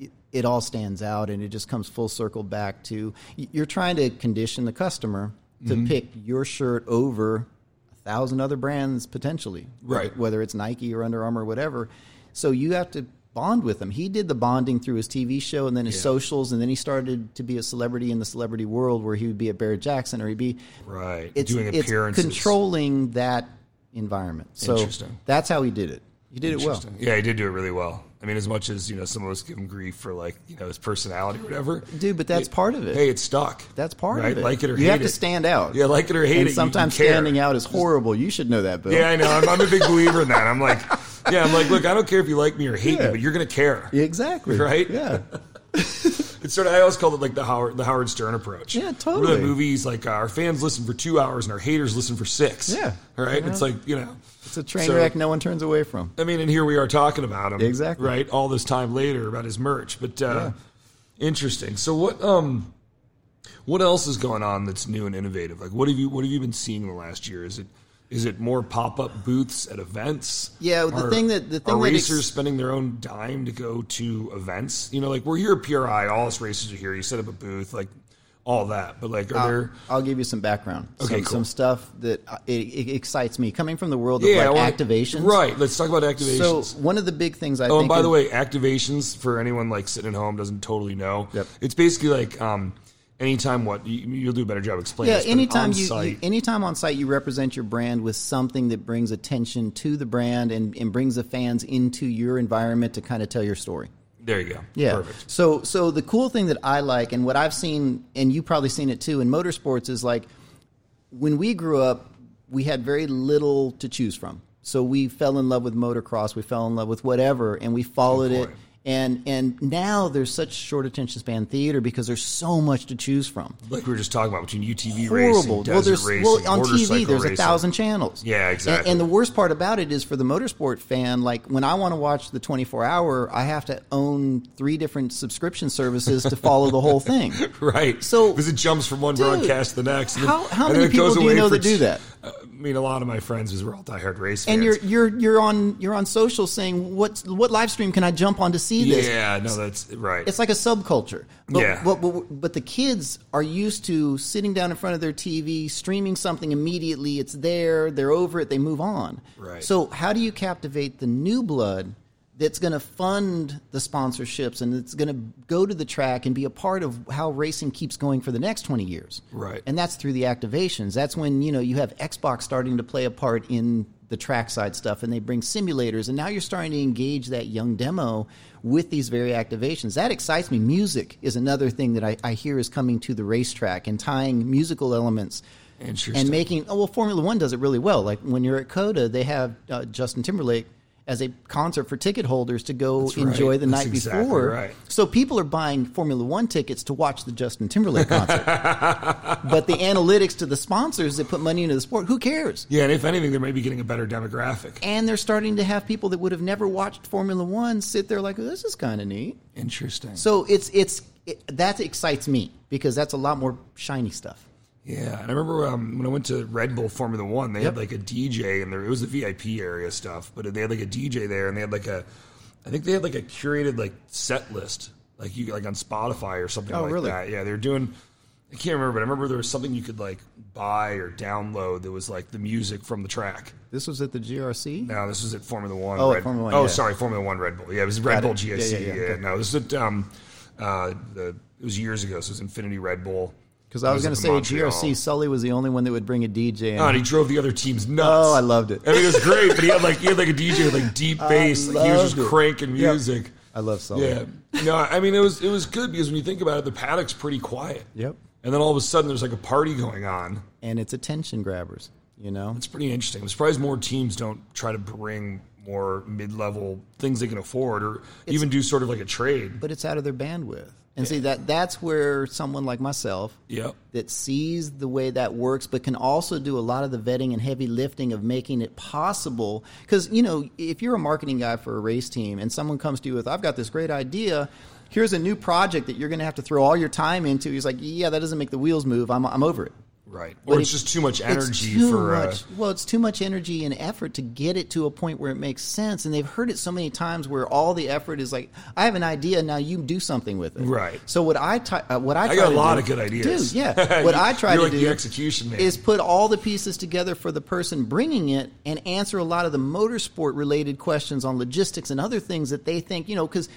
it- it all stands out and it just comes full circle back to y- you're trying to condition the customer to pick your shirt over a thousand other brands potentially Right. whether it's Nike or Under Armour or whatever. So you have to bond with him. He did the bonding through his TV show and then his socials, and then he started to be a celebrity in the celebrity world where he would be at Barrett Jackson or he'd be. right, It's, doing it's appearances, controlling that environment. So Interesting. that's how he did it. He did it well. Yeah, he did do it really well. I mean, as much as you know, some of us give him grief for like you know his personality or whatever. Dude, but that's part of it. Hey, it's stuck. that's part right? of it. Like it or you hate have to it. stand out. Yeah, like it or hate it. and you- you sometimes care. standing out is horrible. You should know that, Bill. Yeah, I know. I'm, I'm a big believer in that. I'm like, yeah, I'm like, look, I don't care if you like me or hate me, Yeah. but you're gonna care. Exactly. Right? Yeah. It's sort of I always call it like the Howard the Howard Stern approach. Yeah, totally. Where the movies like uh, our fans listen for two hours and our haters listen for six. Yeah. All right. It's like you know. It's a train So- wreck no one turns away from. I mean, and here we are talking about him. Exactly. Right. All this time later about his merch, but uh, interesting. So what um. What else is going on that's new and innovative? Like, what have you what have you been seeing in the last year? Is it is it more pop up booths at events? Yeah, the Are- thing that- the thing are that ex- racers spending their own dime to go to events? You know, like we're here at PRI, all us racers are here. You set up a booth, like all that. But like, are Uh, there? I'll give you some background. Okay, some, cool. some stuff that uh, it, it excites me coming from the world of like well, activations. Right. Let's talk about activations. So one of the big things I Oh, think and by is- the way, activations for anyone like sitting at home doesn't totally know. Yep. It's basically like um, anytime what you, you'll do a better job explaining. yeah, this, but anytime on you, you site- anytime on site you represent your brand with something that brings attention to the brand and, and brings the fans into your environment to kind of tell your story. there you go. Yeah. Perfect. So so the cool thing that I like and what I've seen and you probably seen it too in motorsports is like when we grew up, we had very little to choose from. So we fell in love with motocross, we fell in love with whatever, and we followed Good it. point. And and now there's such short attention span theater because there's so much to choose from. Like we were just talking about between UTV racing, Horrible. desert well, there's racing, well on motorcycle TV there's racing. a thousand channels. Yeah, And- exactly. And, the worst part about it is for the motorsport fan, like when I want to watch the 24 hour, I have to own three different subscription services to follow the whole thing. Right. So- because it jumps from one Dude, broadcast to the next. and then- how- how and then many it goes people do you away know for that do t- Uh, that? I mean, a lot of my friends because we're all diehard race fans. and you're you're you're on you're on social saying what what live stream can I jump on to see this? yeah, no, that's right. It's like a subculture. But, Yeah. But, but but the kids are used to sitting down in front of their TV, streaming something immediately. It's there. They're over it. They move on. Right. So how do you captivate the new blood? That's going to fund the sponsorships and it's going to go to the track and be a part of how racing keeps going for the next 20 years. Right. And that's through the activations. That's when, you know, you have Xbox starting to play a part in the trackside stuff and they bring simulators and now you're starting to engage that young demo with these very activations. That excites me. Music is another thing that I, I hear is coming to the racetrack and tying musical elements Interesting. and making oh well formula one does it really well like when you're at coda they have uh, justin timberlake as a concert for ticket holders to go right. enjoy the That's night exactly before. right. So people are buying Formula One tickets to watch the Justin Timberlake concert. but the analytics to the sponsors that put money into the sport, who cares? Yeah, and if anything, they're maybe getting a better demographic. And they're starting to have people that would have never watched Formula One sit there like, this is kind of neat. Interesting. So it's it's it, that excites me because that's a lot more shiny stuff. Yeah, and I remember um, when I went to Red Bull Formula One, they had like a DJ in there. It was the VIP area stuff, but they had like a DJ there, and they had like a, I think they had like a curated like set list, like you like on Spotify or something Oh, like really? that. Yeah, they were doing. I can't remember, but I remember there was something you could like buy or download that was like the music from the track. This was at the GRC. No, this was at Formula One. Oh, at Red, Formula One, Oh, yeah. sorry, Formula One Red Bull. Yeah, it was Red Got it. Bull GAC. Yeah, yeah, yeah. yeah, no, this was at, um, uh, the, it was years ago. So it was Infinity Red Bull. Because I was It going to at say the at GRC, Montreal. Sully was the only one that would bring a DJ. In. Oh, and he drove the other teams nuts. Oh, I loved it. I mean, it was great, but he had like he had like a DJ with like deep bass. Like, he was loved just it. cranking Yep. music. I love Sully. Yeah. No, I mean it was it was good because when you think about it, the paddock's pretty quiet. Yep. And then all of a sudden, there's like a party going on. And it's attention grabbers, you know? It's pretty interesting. I'm surprised more teams don't try to bring more mid-level things they can afford, or even do sort of like a trade. But it's out of their bandwidth. And see that that's where someone like myself Yep. that sees the way that works but can also do a lot of the vetting and heavy lifting of making it possible because you know if you're a marketing guy for a race team and someone comes to you with i've got this great idea here's a new project that you're going to have to throw all your time into he's like yeah that doesn't make the wheels move i'm, I'm over it Right. But Or it's just too much energy it's too for. uh, much, well it's too much energy and effort to get it to a point where it makes sense and they've heard it so many times where all the effort is like i have an idea now you do something with it Right. so what i t- uh, what i, I try got a to lot do- of good ideas. Dude, yeah what You- i try you're to like do the execution man. is put all the pieces together for the person bringing it and answer a lot of the motorsport related questions on logistics and other things that they think you know because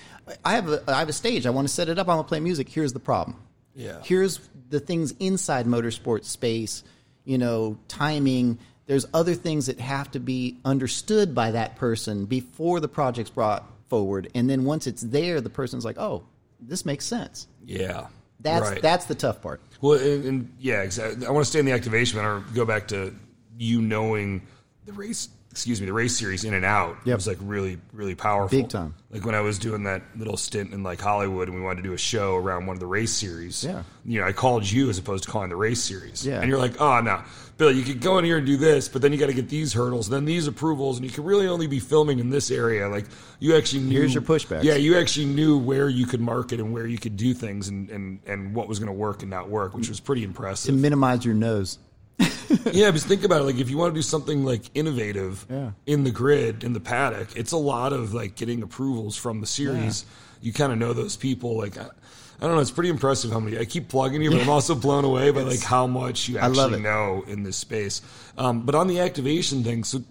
i have a i have a stage i want to set it up i want to play music here's the problem Yeah. here's the things inside motorsport space you know timing there's other things that have to be understood by that person before the project's brought forward and then once it's there the person's like oh this makes sense yeah. that's right. that's the tough part Well, and, and yeah, exactly. I want to stay in the activation, but I want to go back to you knowing the race. Excuse me, the race series in and out It Yep. was like really, really powerful. Big time. Like when I was doing that little stint in like Hollywood, and we wanted to do a show around one of the race series. Yeah. you know, I called you as opposed to calling the race series. Yeah. and you're like, oh no, Bill, you could go in here and do this, but then you got to get these hurdles, then these approvals, and you can really only be filming in this area. Like you actually knew, Here's your pushbacks. Yeah, you actually knew where you could market and where you could do things and, and, and what was going to work and not work, which was pretty to impressive. minimize your nose yeah, because think about it. Like, if you want to do something like innovative Yeah. in the grid, in the paddock, it's a lot of like getting approvals from the series. You kind of know those people. Like, I, I don't know. It's pretty impressive how many. I keep plugging you, but I'm also blown away by like how much you love actually it. know in this space. Um, but on the activation thing, so.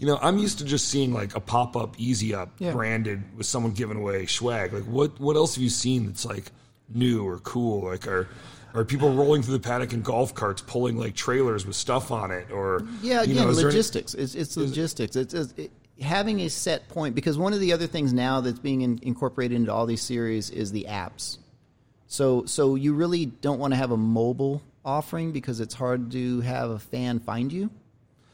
You know, I'm used to just seeing like a pop up, easy up, Yeah. branded with someone giving away swag. Like, what what else have you seen that's like new or cool? Like, are are people rolling through the paddock in golf carts, pulling like trailers with stuff on it? Or Yeah, you again, know, is there any- logistics. it's, it's logistics. It's, it's it, having a set point because one of the other things now that's being in, incorporated into all these series is the apps. So, so you really don't want to have a mobile offering because it's hard to have a fan find you.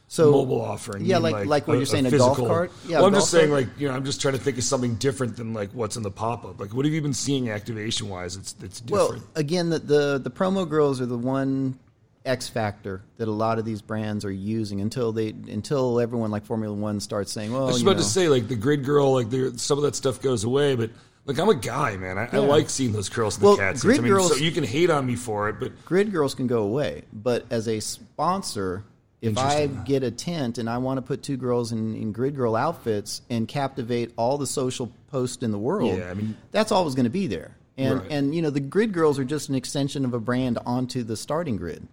So mobile offering. Yeah, you mean, like like, what you're saying, a, golf physical- cart. Yeah, well, a I'm just golf saying, cart. like you know, I'm just trying to think of something different than like what's in the pop up. Like, what have you been seeing activation wise? It's it's different. Well, again, the, the the promo girls are the one X factor that a lot of these brands are using until they until everyone like Formula One starts saying, "Well, I was Oh, you about know, to say, like the grid girl, like there, some of that stuff goes away, but like I'm a guy, man. I, I like seeing those curls in the Well, cat suits. grid I mean, girls- so you can hate on me for it, but grid girls can go away, but as a sponsor, if I get a tent and I want to put two girls in, in grid girl outfits and captivate all the social posts in the world, Yeah, I mean- that's always going to be there. And Right. and you know the grid girls are just an extension of a brand onto the starting grid.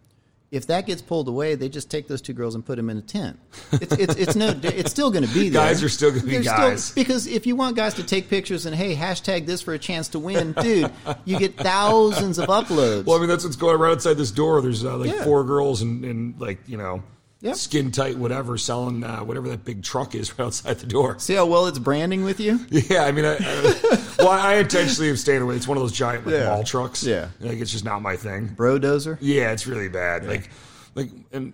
If that gets pulled away, they just take those two girls and put them in a tent. It's it's, it's no, it's still going to be there. Guys are still gonna be They're still- guys. because if you want guys to take pictures and hey hashtag this for a chance to win, dude, you get thousands of uploads. well, I mean that's what's going on right outside this door. There's uh, like Yeah. four girls and and like you know. Yep. Skin tight, whatever, selling uh, whatever that big truck is right outside the door. See how well it's branding with you? Yeah, I mean, I, I, well, I intentionally have stayed away. It's one of those giant like, Yeah. mall trucks. Yeah. like it's just not my thing. Bro dozer? Yeah, it's really bad. Like, like, and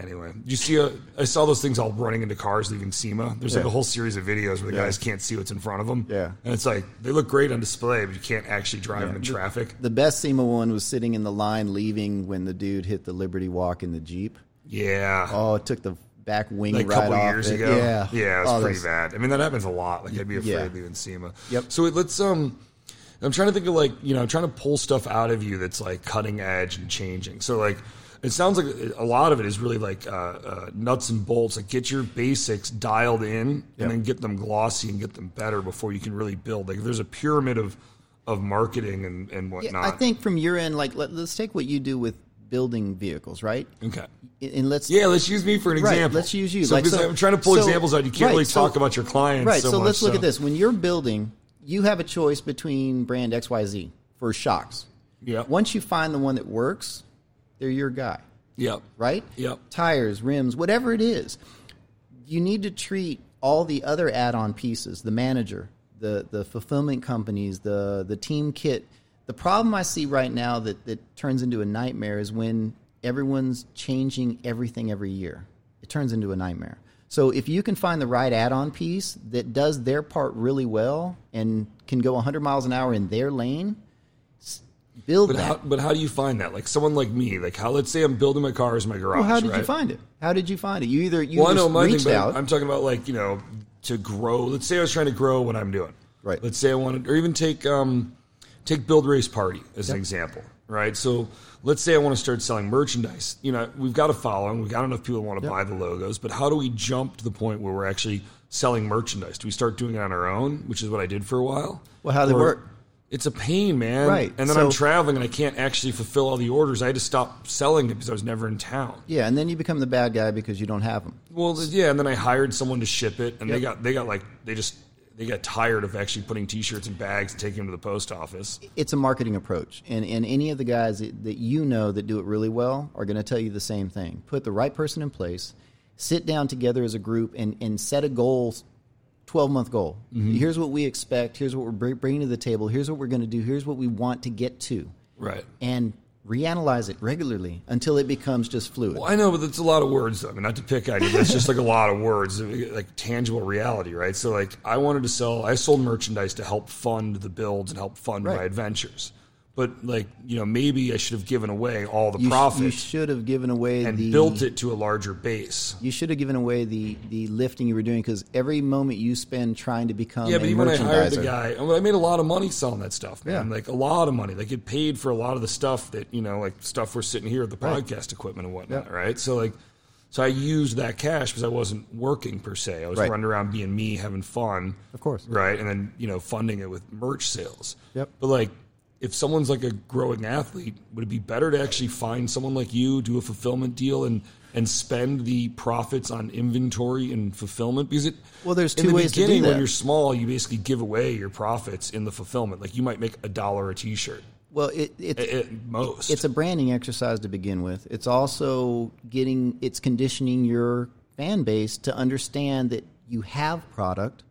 Anyway, you see, a, I saw those things all running into cars leaving SEMA. There's like Yeah. a whole series of videos where the Yeah. guys can't see what's in front of them. Yeah. and it's like they look great on display, but you can't actually drive them in traffic. The best SEMA one was sitting in the line leaving when the dude hit the Liberty Walk in the Jeep. Yeah, Oh, it took the back wing like a right couple off years it. ago. Yeah, yeah, it's Oh, pretty that's- bad. I mean, that happens a lot. Like I'd be afraid Yeah. of even SEMA. Yep. So it, let's um, I'm trying to think of like you know, I'm trying to pull stuff out of you that's like cutting edge and changing. So like. It sounds like a lot of it is really like uh, uh, nuts and bolts. Like get your basics dialed in, Yep. and then get them glossy and get them better before you can really build. Like if there's a pyramid of of marketing and and Yeah, whatnot. I think from your end, like let, let's take what you do with building vehicles, right? okay. And- And let's Yeah, let's use me for an Right, example. let's use you. So, Like, 'cause so- I'm trying to pull so- examples out. You can't right, really so- talk about your clients. right. So, So, much, let's look so- at this. When you're building, you have a choice between brand X, Y, Z for shocks. Yep. Once you find the one that works, they're your guy, Yep. right? Yep. Tires, rims, whatever it is, you need to treat all the other add-on pieces, the manager, the the fulfillment companies, the the team kit. The problem I see right now that that turns into a nightmare is when everyone's changing everything every year. It turns into a nightmare. So if you can find the right add-on piece that does their part really well and can go 100 miles an hour in their lane, s- build But that. how, but how do you find that? Like someone like me, like how let's say I'm building my cars in my garage. Well, how did right? you find it? How did you find it? You either you Well, I just know my thing, reached but out. I'm talking about like you know to grow. Let's say I was trying to grow what I'm doing. Right. Let's say I wanted, or even take um, take build race party as an example. Right. So let's say I want to start selling merchandise. You know, we've got a following. We've got enough people who want to buy the logos. But how do we jump to the point where we're actually selling merchandise? Do we start doing it on our own, which is what I did for a while? Well, how'd it Or- work? It's a pain, man. Right. And then So- I'm traveling and I can't actually fulfill all the orders. I had to stop selling it because I was never in town. yeah, and then you become the bad guy because you don't have them. Well, th- yeah, and then I hired someone to ship it, and they Yep. got they got like they just they got tired of actually putting T-shirts in bags and taking them to the post office. It's a marketing approach, and and any of the guys that, that you know that do it really well are going to tell you the same thing. Put the right person in place, sit down together as a group, and and set a goal. 12 month goal. Mm-hmm. Here's what we expect. Here's what we're br- bringing to the table. Here's what we're going to do. Here's what we want to get to. Right. And reanalyze it regularly until it becomes just fluid. Well, I know, but that's a lot of words. though. I mean, not to pick on you, but it's just like a lot of words, like tangible reality, right? So, like, I wanted to sell, I sold merchandise to help fund the builds and help fund my Right. adventures. But, like, you know, maybe I should have given away all the You sh- You profit should have given away and the built it to a larger base. you should have given away the the lifting you were doing because every moment you spend trying to become Yeah, a but even when I hired the Um, merchandiser- guy, I, mean, I made a lot of money selling that stuff, man. Yeah. Like a lot of money. Like it paid for a lot of the stuff that you know, like stuff we're sitting here, the podcast equipment and whatnot, right? So like, so I used that cash because I wasn't working per se. I was Right. running around being me, having fun, Of course. right? And then you know, funding it with merch sales. Yep. But like, if someone's like a growing athlete, would it be better to actually find someone like you, do a fulfillment deal, and and spend the profits on inventory and fulfillment because it Well, there's in two the ways to do beginning, when that. you're small, you basically give away your profits in the fulfillment. Like you might make a dollar a t-shirt well it, it, at, at most. it's a branding exercise to begin with it's also getting it's conditioning your fan base to understand that you have product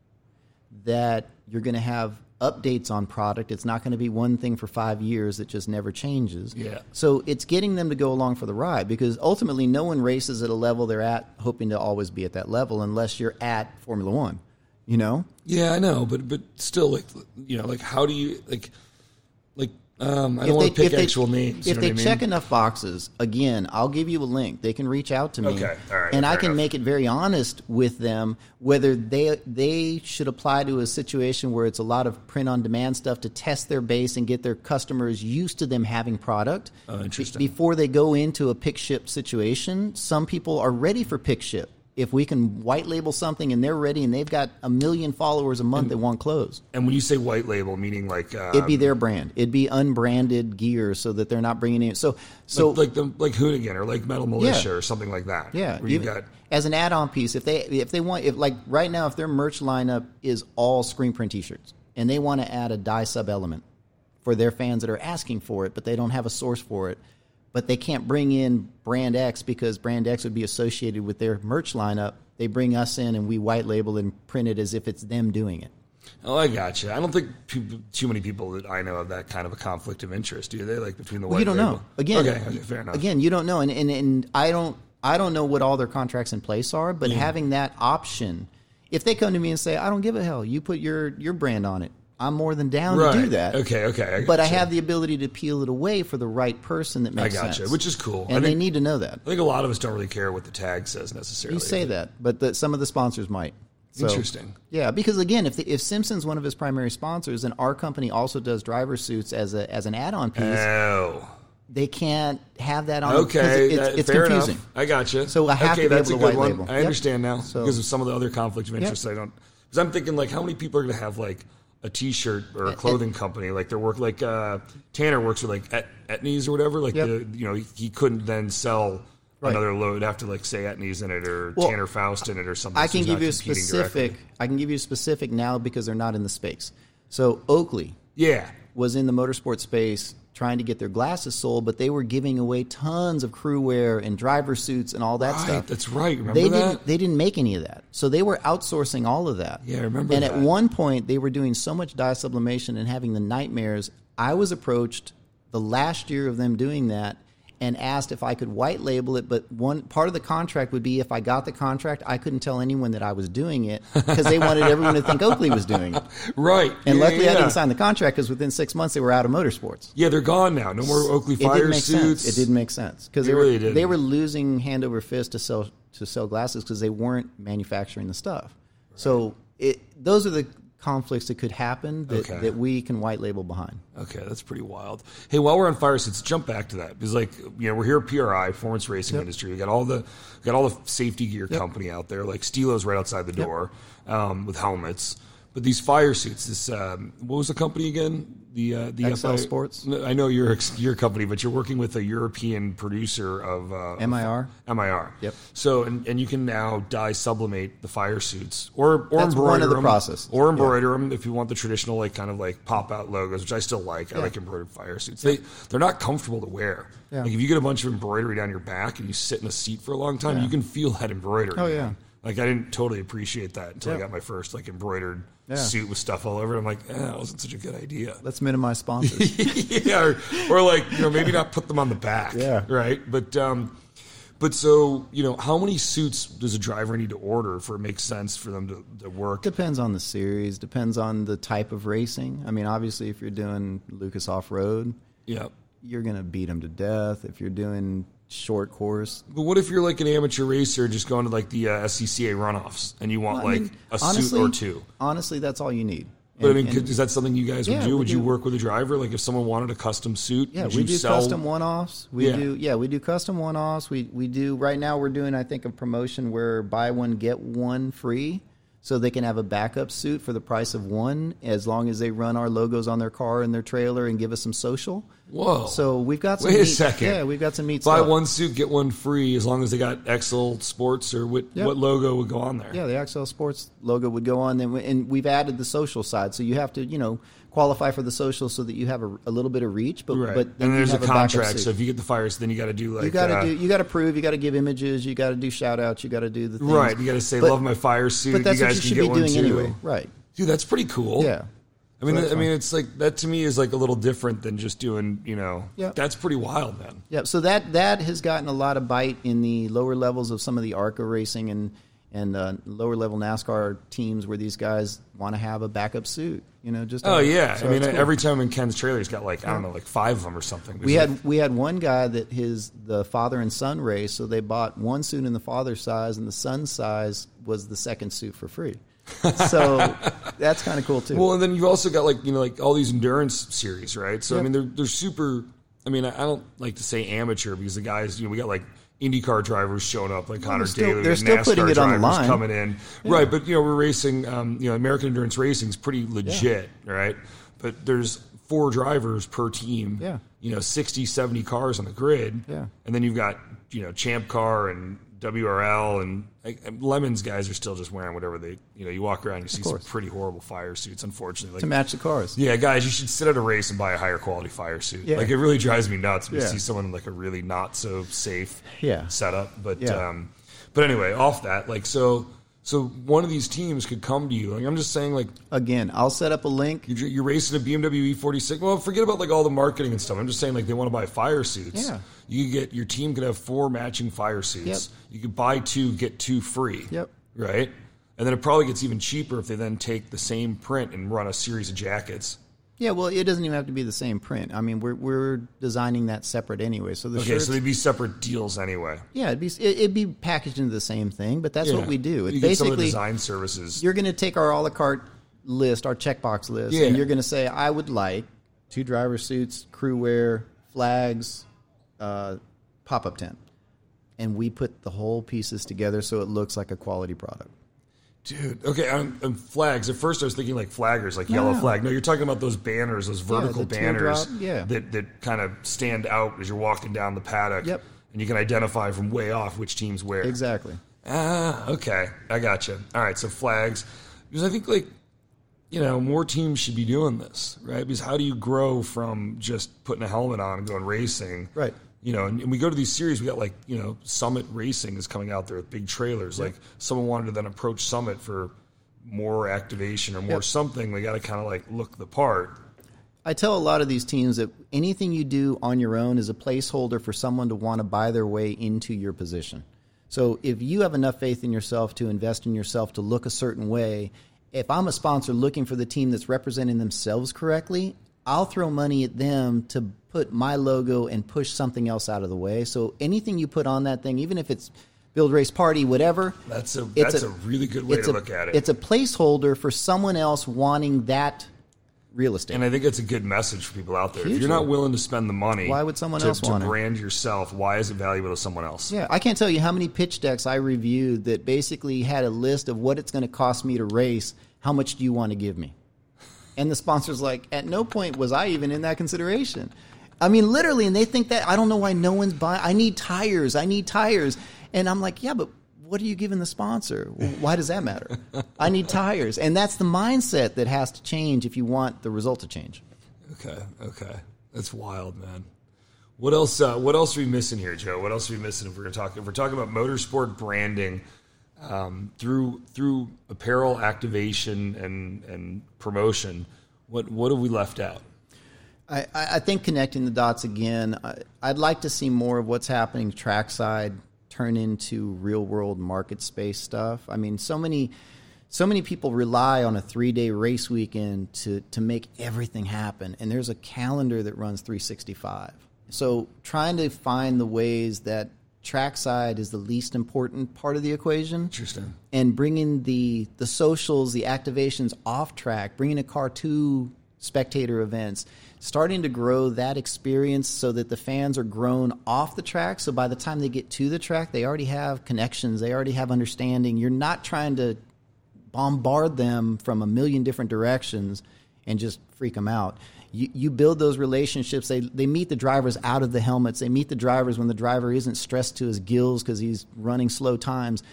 that you're going to have updates on product it's not going to be one thing for five years that just never changes Yeah. so it's getting them to go along for the ride because ultimately no one races at a level they're at hoping to always be at that level unless you're at formula one you know yeah, I know, but but still, like you know, like how do you like like um, I don't want to pick actual names. If you know they what I mean? check enough boxes, again, I'll give you a link. They can reach out to me, Okay, all right, and I fair can enough. make it very honest with them whether they they should apply to a situation where it's a lot of print on demand stuff to test their base and get their customers used to them having product. Oh, interesting. Be- before they go into a pick ship situation, some people are ready for pick ship. If we can white label something and they're ready and they've got a million followers a month that won't close. and when you say white label, meaning like uh, It'd be their brand. It'd be unbranded gear, so that they're not bringing in. So, so like the like Hoonigan or like Metal Militia Yeah. or something like that. yeah. where you even- got as an add-on piece, if they if they want, if like right now, if their merch lineup is all screen print T-shirts, and they want to add a die sub element for their fans that are asking for it, but they don't have a source for it, but they can't bring in brand X because brand X would be associated with their merch lineup. They bring us in and we white label and print it as if it's them doing it. Oh, I gotcha. I don't think peop too many people that I know have that kind of a conflict of interest, do they? Like between the Well, white you don't label? know. Again, okay, okay, fair enough. Again, you don't know, and and, and I don't. I don't know what all their contracts in place are, but having that option, if they come to me and say, "I don't give a hell, you put your your brand on it," I'm more than down right. to do that. Okay, okay. But I gotcha. have the ability to peel it away for the right person that I makes gotcha, sense. which is cool. I and they think, need to know that. I think a lot of us don't really care what the tag says necessarily. You say that, but the, some of the sponsors might. So- Interesting. Yeah, because again, if the, if Simpson's one of his primary sponsors, and our company also does driver suits as a as an add on piece, Oh, they can't have that on. 'cause okay. it's, that- it's fair confusing. Enough. I gotcha. So I have okay, to be that's able to a good white one. label. I Yep. understand now So- because of some of the other conflict of interest. I don't because I'm thinking like how many people are going to have like a T-shirt or a clothing company like their work like uh, Tanner works with like Et- Etnies or whatever. Like Yep. the you know he, he couldn't then sell. Right. Another load have to like say Etnies in it or Well, Tanner Faust in it or something. I so can he's give not you a competing specific. directly. I can give you a specific now because they're not in the space. So Oakley Yeah, was in the motorsport space trying to get their glasses sold, but they were giving away tons of crew wear and driver suits and all that right. stuff. That's right. Remember they that? didn't they didn't make any of that. So they were outsourcing all of that. Yeah, I remember And that. at one point they were doing so much dye sublimation and having the nightmares. I was approached the last year of them doing that and asked if I could white label it, but one part of the contract would be if I got the contract, I couldn't tell anyone that I was doing it because they wanted everyone to think Oakley was doing it. Right. And yeah, luckily yeah. I didn't sign the contract because within six months they were out of motorsports. Yeah, they're gone now. No more Oakley It didn't fire make suits. sense. It didn't make sense because they It were really didn't. they were losing hand over fist to sell to sell glasses because they weren't manufacturing the stuff. So it those are the conflicts that could happen that, Okay. that we can white label behind. Okay, that's pretty wild. Hey, while we're on fire suits, jump back to that because, like, you know, we're here at PRI, Performance Racing Industry. We got all the we got all the safety gear company out there. Like Stilo's right outside the door um, with helmets. But these fire suits, this um, what was the company again? The uh, the XL FI Sports. No, I know your ex- your company, but you're working with a European producer of uh, MIR. MIR. Yep. So and, and you can now dye sublimate the fire suits or or That's embroider one of the them, processes. or embroider them if you want the traditional like kind of like pop out logos, which I still like. I like embroidered fire suits. They they're not comfortable to wear. Yeah. Like if you get a bunch of embroidery down your back and you sit in a seat for a long time, you can feel that embroidery. Oh, man. yeah. Like I didn't totally appreciate that until I Yeah. got my first like embroidered Yeah. suit with stuff all over it. I'm like, eh, that wasn't such a good idea. Let's minimize sponsors. yeah, or, or like you know maybe not put them on the back. Yeah. right. But um, but so you know, how many suits does a driver need to order for it makes sense for them to, to work? depends on the series. Depends on the type of racing. I mean, obviously, if you're doing Lucas off road, Yeah. you're gonna beat them to death. If you're doing short course, But what if you're like an amateur racer just going to like the uh, SCCA runoffs and you want I like mean, a suit honestly- or two? Honestly, that's all you need. But And- I mean, and- could, is that something you guys would Yeah, do? we Would you do. work with a driver? Like if someone wanted a custom suit, Yeah, would we you do sell? custom one offs. We Yeah. do yeah, we do custom one offs. We we do right now we're doing I think a promotion where buy one get one free. So they can have a backup suit for the price of one as long as they run our logos on their car and their trailer and give us some social. Whoa! So we've got some Wait a neat, second. Yeah, we've got some neat buy stuff. one suit get one free as long as they got XL Sports or what, Yep. what logo would go on there? Yeah, the XL Sports logo would go on, and, we, and we've added the social side. So you have to, you know, qualify for the social so that you have a, a little bit of reach, but Right. but then and you there's a have backup contract, suit. so if you get the fires, then you got to do like you got to uh, do you got to prove you got to give images you got to do shout outs you got to do the things. right. You got to say But- love my fire suit. but that's you what guys you can should get be one doing too. anyway right Dude, that's pretty cool. yeah I mean, So th- that's I mean, it's like that to me is like a little different than just doing. You know, Yeah. that's pretty wild, man. yeah so that that has gotten a lot of bite in the lower levels of some of the arca racing and and uh, lower level nascar teams where these guys want to have a backup suit you know just Oh uh, yeah, so I mean, it's cool. every time in Ken's trailer, he's got like I don't know, like five of them or something. we had we had one guy that his the father and son race, so they bought one suit in the father's size and the son's size was the second suit for free. So that's kind of cool too. Well, and then you've also got like you know like all these endurance series, right? So I Yep. mean, they're they're super. I mean, I I don't like to say amateur because the guys, you know, we got like IndyCar drivers showing up, like Connor they're still- Daly, we they're got still NASCAR putting it on the drivers line. coming in, right? But you know, we're racing. Um, you know, American Endurance Racing's pretty legit, right? But there's four drivers per team. Yeah. You know, 60, 70 cars on the grid. Yeah. And then you've got, you know, Champ Car and WRL and like, Lemons guys are still just wearing whatever they, you know, you walk around, you see some course. pretty horrible fire suits, unfortunately. to Like, match the cars. yeah, guys, you should sit at a race and buy a higher quality fire suit. Yeah. Like it really drives me nuts when you Yeah. see someone in like a really not so safe Yeah. setup. But Yeah. um but anyway, off that, like so So one of these teams could come to you. Like I'm just saying, like Again, I'll set up a link. you're, you're racing a BMW E46. E Well, forget about like all the marketing and stuff. I'm just saying, like they want to buy fire suits. Yeah. You could get your team could have four matching fire suits. You could buy two, get two free. Yep. Right. And then it probably gets even cheaper if they then take the same print and run a series of jackets. Yeah, well, it doesn't even have to be the same print. I mean, we're we're designing that separate anyway. So the Okay, shirts, so they'd be separate deals anyway. yeah, it'd be it, it'd be packaged into the same thing. But that's Yeah. what we do. It's you get some of the basically design services. you're going to take our a la carte list, our checkbox list, Yeah. and you're going to say, I would like two driver suits, crew wear, flags, uh, pop up tent. And we put the whole pieces together so it looks like a quality product. Dude, okay, I'm, i flags. At first, I was thinking like flaggers, like yellow No. flag. No, you're talking about those banners, those vertical the banners teardrop, yeah. that, that kind of stand out as you're walking down the paddock. Yep. And you can identify from way off which team's where. Exactly. Ah, okay. I gotcha. All right, so flags. Because I think, like, you know, more teams should be doing this, right? Because how do you grow from just putting a helmet on and going racing? Right. You know, and, and we go to these series, we got like, you know, Summit Racing is coming out there with big trailers. Like, someone wanted to then approach Summit for more activation or more Yep. something. We got to kind of like look the part. I tell a lot of these teams that anything you do on your own is a placeholder for someone to want to buy their way into your position. So if you have enough faith in yourself to invest in yourself to look a certain way, if I'm a sponsor looking for the team that's representing themselves correctly, I'll throw money at them to put my logo and push something else out of the way. So anything you put on that thing, even if it's build race party whatever, That's a It's that's a, a- really good way it's to a- look at it. It's a placeholder for someone else wanting that real estate. And I think it's a good message for people out there. If Hugely. you're not willing to spend the money, Why would someone to, else to want it? brand yourself? Why is it valuable to someone else? Yeah, I can't tell you how many pitch decks I reviewed that basically had a list of what it's going to cost me to race. How much do you want to give me? And the sponsor's like, at no point was I even in that consideration. I mean, literally, and they think that I don't know why no one's buying. I need tires. I need tires. And I'm like, yeah, but what are you giving the sponsor? Why does that matter? I need tires. And that's the mindset that has to change if you want the result to change. Okay, okay, that's wild, man. What else? Uh, what else are we missing here, Joe? What else are we missing? If we're gonna talk, if we're talking about motorsport branding um, through through apparel activation and and promotion, what what have we left out? I, I I think connecting the dots again, I, I'd like to see more of what's happening trackside turn into real world market space stuff. I mean, so many. So many people rely on a three day race weekend to, to make everything happen. And there's a calendar that runs 365. So trying to find the ways that trackside is the least important part of the equation Interesting. and bringing the the socials, the activations off track, bringing a car to spectator events, starting to grow that experience so that the fans are grown off the track. So by the time they get to the track, they already have connections, they already have understanding. You're not trying to bombard them from a million different directions and just freak them out. You, you build those relationships. They, they meet the drivers out of the helmets. They meet the drivers when the driver isn't stressed to his gills because he's running slow times.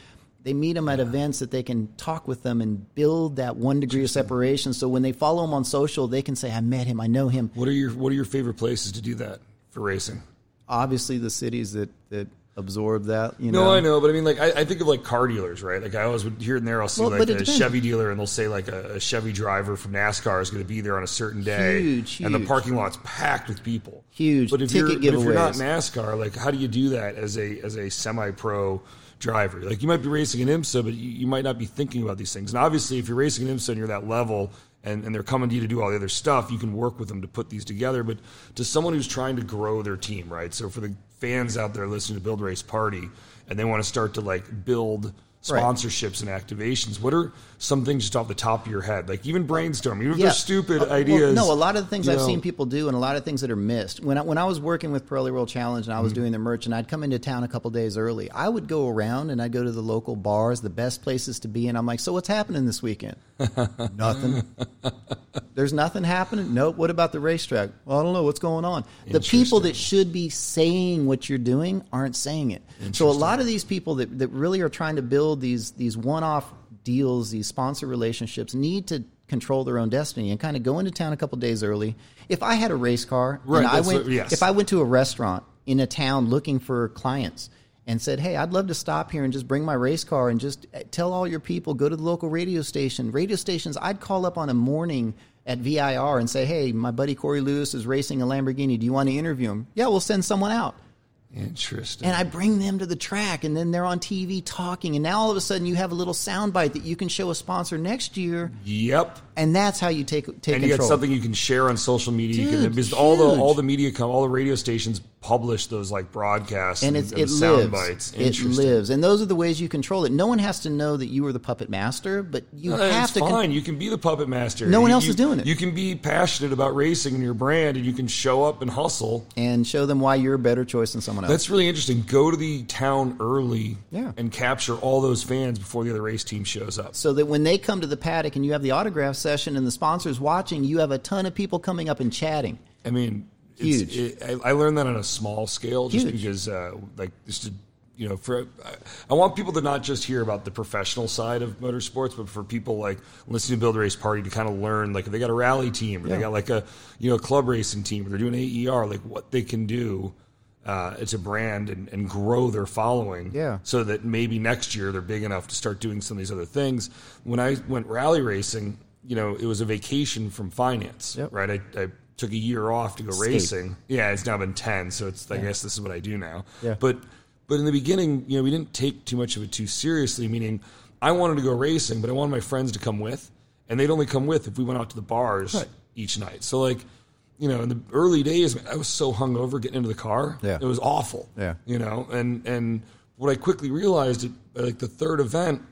They meet them at events that they can talk with them and build that one degree of separation. So when they follow them on social, they can say, I met him, I know him. What are your what are your favorite places to do that for racing? Obviously, the cities that, that absorb that, you No, know. I know, but I mean, like, I, I think of like car dealers, right? Like, I always would here and there, I'll see Well, like but it a depends. Chevy dealer, and they'll say like a, a Chevy driver from NASCAR is going to be there on a certain day, Huge, and the huge. parking lot's packed with people. Huge. But if Ticket you're but if you're not giveaways. NASCAR, like, how do you do that as a as a semi pro driver? Like, you might be racing an IMSA, but you, you might not be thinking about these things. And obviously, if you're racing an IMSA and you're that level. And, and they're coming to you to do all the other stuff. You can work with them to put these together. But to someone who's trying to grow their team, right? So for the fans out there listening to Build Race Party, and they want to start to like build Right. sponsorships and activations. What are some things just off the top of your head? Like even brainstorm, even if Yeah. they're stupid Uh, well, ideas. no, a lot of the things you I've know, seen people do, and a lot of things that are missed. When I, when I was working with Pearly World Challenge and I Mm-hmm. was doing the merch, and I'd come into town a couple days early, I would go around and I'd go to the local bars, the best places to be, and I'm like, "So what's happening this weekend? nothing. There's nothing happening. Nope. What about the racetrack? Well, I don't know what's going on. The people that should be saying what you're doing aren't saying it. So a lot of these people that, that really are trying to build these these one off deals, these sponsor relationships, need to control their own destiny and kind of go into town a couple days early. If I had a race car, Right, and I that's went, what- yes. if I went to a restaurant in a town looking for clients and said, "Hey, I'd love to stop here and just bring my race car and just eh, tell all your people go to the local radio station. Radio stations I'd call up on a morning at VIR and say, "Hey, my buddy Corey Lewis is racing a Lamborghini. Do you want to interview him?" "Yeah, we'll send someone out." Interesting. And I bring them to the track and then they're on TV talking and now all of a sudden you have a little soundbite that you can show a sponsor next year yep. and that's how you take take And you got control. something you can share on social media. you can, Dude, because all the huge. all the media, com- all the radio stations publish those like broadcasts and it's, the it sound lives. bites. It lives, and those are the ways you control it. No one has to know that you were the puppet master, but you Uh, have it's to. con- fine. you can be the puppet master. No one You- else you- is doing it. You can be passionate about racing and your brand, and you can show up and hustle. and show them why you're a better choice than someone else. That's really interesting. Go to the town early Yeah. and capture all those fans before the other race team shows up. so that when they come to the paddock and you have the autograph session and the sponsors watching, you have a ton of people coming up and chatting. I mean, it's- Huge. It, I, I learned that on a small scale, just Huge. because, uh, like, just to, you know, for I, I want people to not just hear about the professional side of motorsports, but for people like listening to Build a Race Party to kind of learn, like, if they got a rally team, or they got like a you know club racing team, or they're doing AER, like what they can do. Uh, it's a brand and, and grow their following Yeah. so that maybe next year they're big enough to start doing some of these other things. When I went rally racing, you know, it was a vacation from finance, Yep. right? I, I took a year off to go racing. Yeah, it's now been ten, so it's I guess this is what I do now. Yeah. But but in the beginning, you know, we didn't take too much of it too seriously. Meaning, I wanted to go racing, but I wanted my friends to come with, and they'd only come with if we went out to the bars each night. So like. You know, in the early days, I was so hungover getting into the car. Yeah. It was awful Yeah. you know and and what i quickly realized at at, like the third event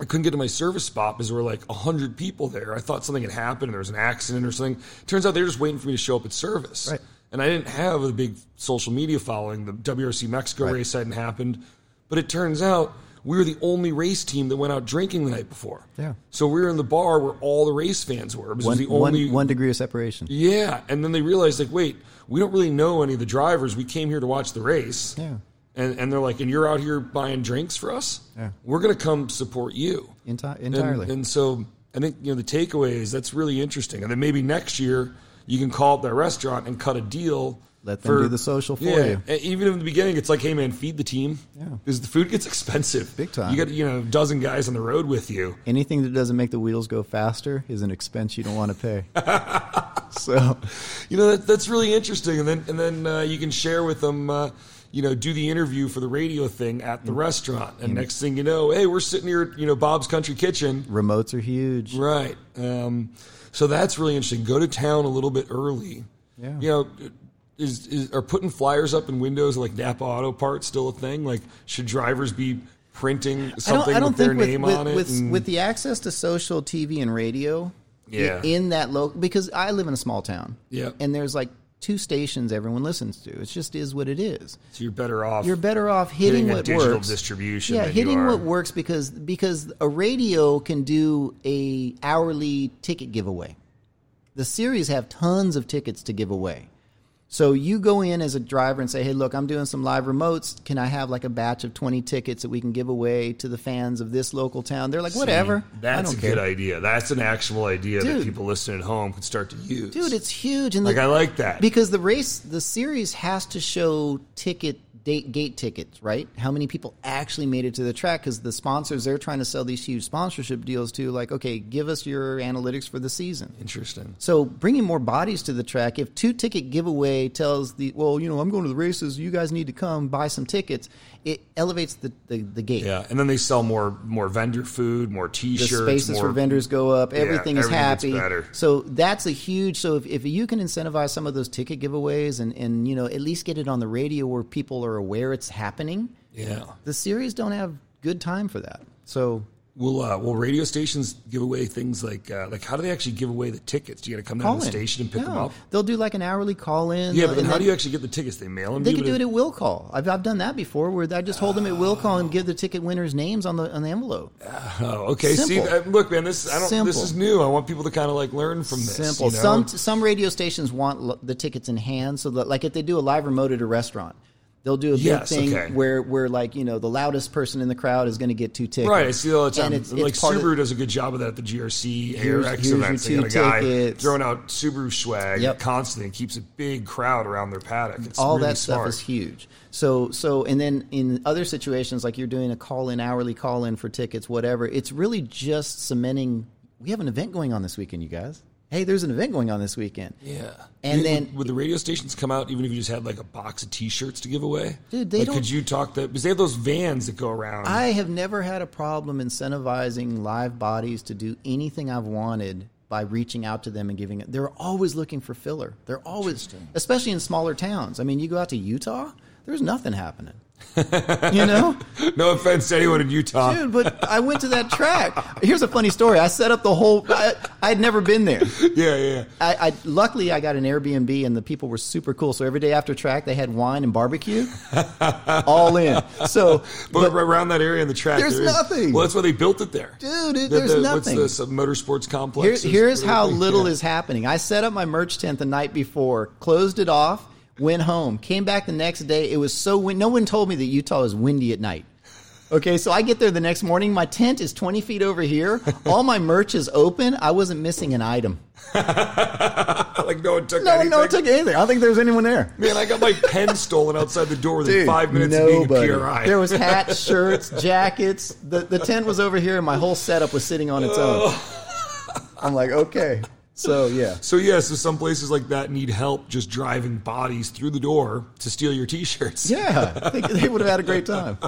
i couldn't get to my service spot because there were like 100 people there i thought something had happened there was an accident or something turns out they were just waiting for me to show up at service Right. and i didn't have a big social media following the wrc mexico race hadn't happened but it turns out we were the only race team that went out drinking the night before Yeah. so we were in the bar where all the race fans were because One, it was the only one- one degree of separation. yeah, and then they realized like, wait, we don't really know any of the drivers. We came here to watch the race. Yeah. And and they're like, and you're out here buying drinks for us? Yeah. We're gonna come support you. Enti- And- entirely. And, so I think you know the takeaway is that's really interesting. And then maybe next year you can call up that restaurant and cut a deal. Let them do the social for you. and Even in the beginning, it's like, hey man, feed the team. Yeah. Because the food gets expensive. Big time. You got you know, a dozen guys on the road with you. Anything that doesn't make the wheels go faster is an expense you don't want to pay. so, you know that, that's really interesting and then and then uh, you can share with them uh, you know do the interview for the radio thing at the Mm. restaurant and next thing you know hey we're sitting here at, you know bob's country kitchen remotes are huge. right um, so that's really interesting go to town a little bit early Yeah. you know is, is are putting flyers up in windows like napa auto parts still a thing like should drivers be printing something with their name with, on it With, and- with the access to social, TV, and radio, Yeah. i- in that local, because I live in a small town, Yeah. and there's like two stations everyone listens to. It just is what it is. so you're better off You're better off hitting, hitting a what digital works. distribution Yeah, than you hitting are- what works because because a radio can do a hourly ticket giveaway. The series have tons of tickets to give away. So you go in as a driver and say, "Hey, look, I'm doing some live remotes. Can I have like a batch of 20 tickets that we can give away to the fans of this local town?" They're like, "Whatever." I That's don't a care. good idea. That's an actual idea that Dude. people listening at home could start to use. Dude, it's huge and like the, I like that. because the race the series has to show ticket date gate tickets right how many people actually made it to the track because the sponsors they're trying to sell these huge sponsorship deals to like okay give us your analytics for the season Interesting. so bringing more bodies to the track if two ticket giveaway tells the well you know i'm going to the races you guys need to come buy some tickets it elevates the the, the gate Yeah, and then they sell more more vendor food, more the T-shirts, spaces more for vendors go up. Everything is everything gets happy. better. So that's a huge. So if, if you can incentivize some of those ticket giveaways and and you know at least get it on the radio where people are aware it's happening, Yeah. the series don't have good time for that. So Will uh, will radio stations give away things like uh, like how do they actually give away the tickets? Do you got to come down call to the in. station and pick No, them up? They'll do like an hourly call in. Uh, Yeah, but then how do you actually get the tickets? They mail them. They to you, could but do it at will call. I've, I've done that before, where I just hold them at will call and give the ticket winners' names on the on the envelope. Oh, okay. See, Simple. uh, look, man, this I don't. This Simple. is new. I want people to kind of like learn from this. Simple. you know? Some some radio stations want l- the tickets in hand, so that like if they do a live remote at a restaurant, They'll do a big Yes, thing okay. where where like you know the loudest person in the crowd is going to get two tickets. Right, I see that all the time. And it's- it's um, like part of- Subaru does a good job of that at the GRC Here's- ARX here's your events. They two got a guy tickets. throwing out Subaru swag Yep. constantly and keeps a big crowd around their paddock. It's all really that stuff smart. is huge. So so and then in other situations like you're doing a call in hourly call in for tickets whatever, it's really just cementing we have an event going on this weekend you guys. Hey, there's an event going on this weekend. Yeah. And Would- then- would the radio stations come out even if you just had like a box of T-shirts to give away? Dude, they Like, don't- Could you talk that? Because they have those vans that go around. I have never had a problem incentivizing live bodies to do anything I've wanted by reaching out to them and giving it. They're always looking for filler. They're always, especially in smaller towns. I mean, you go out to Utah, there's nothing happening. you know? no offense to anyone in Utah. Dude, but I went to that track. Here's a funny story. I set up the whole, I, I'd never been there. Yeah, yeah. yeah. I, I luckily I got an Airbnb and the people were super cool. So every day after track they had wine and barbecue, all in. So, But, around that area in the track, There's there is- nothing. Well, that's why they built it there, Dude, it- The- there's the- nothing. What's this? a motorsports complex. Here, There's here's how really- little yeah. is happening. I set up my merch tent the night before, closed it off, went home, came back the next day. It was so wind. No one told me that Utah is windy at night. Okay, so I get there the next morning. My tent is 20 feet over here. All my merch is open. I wasn't missing an item. like no one took No, anything. no one took anything. I don't think there was anyone there. Man, I got my pen stolen outside the door within Dude, five minutes of being a PRI. There was hats, shirts, jackets. The the tent was over here, and my whole setup was sitting on its own. I'm like, okay, so yeah. so yeah, so some places like that need help just driving bodies through the door to steal your T-shirts. Yeah, they, they would have had a great time.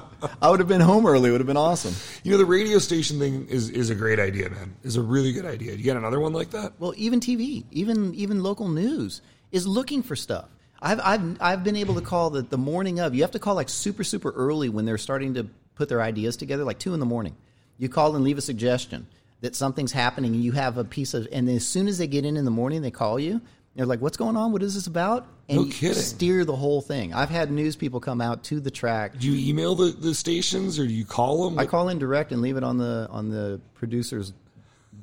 I would have been home early. It would have been awesome. You know, the radio station thing is is a great idea, man. Is a really good idea. You got another one like that? Well, even TV, even even local news is looking for stuff. I've I've I've been able to call the the morning of. You have to call like super super early when they're starting to put their ideas together, like two in the morning. You call and leave a suggestion that something's happening, and you have a piece of. And then as soon as they get in in the morning, they call you. They're like, "What's going on? What is this about?" And No you kidding. steer the whole thing. I've had news people come out to the track Do you email the, the stations or do you call them? I call in direct and leave it on the on the producer's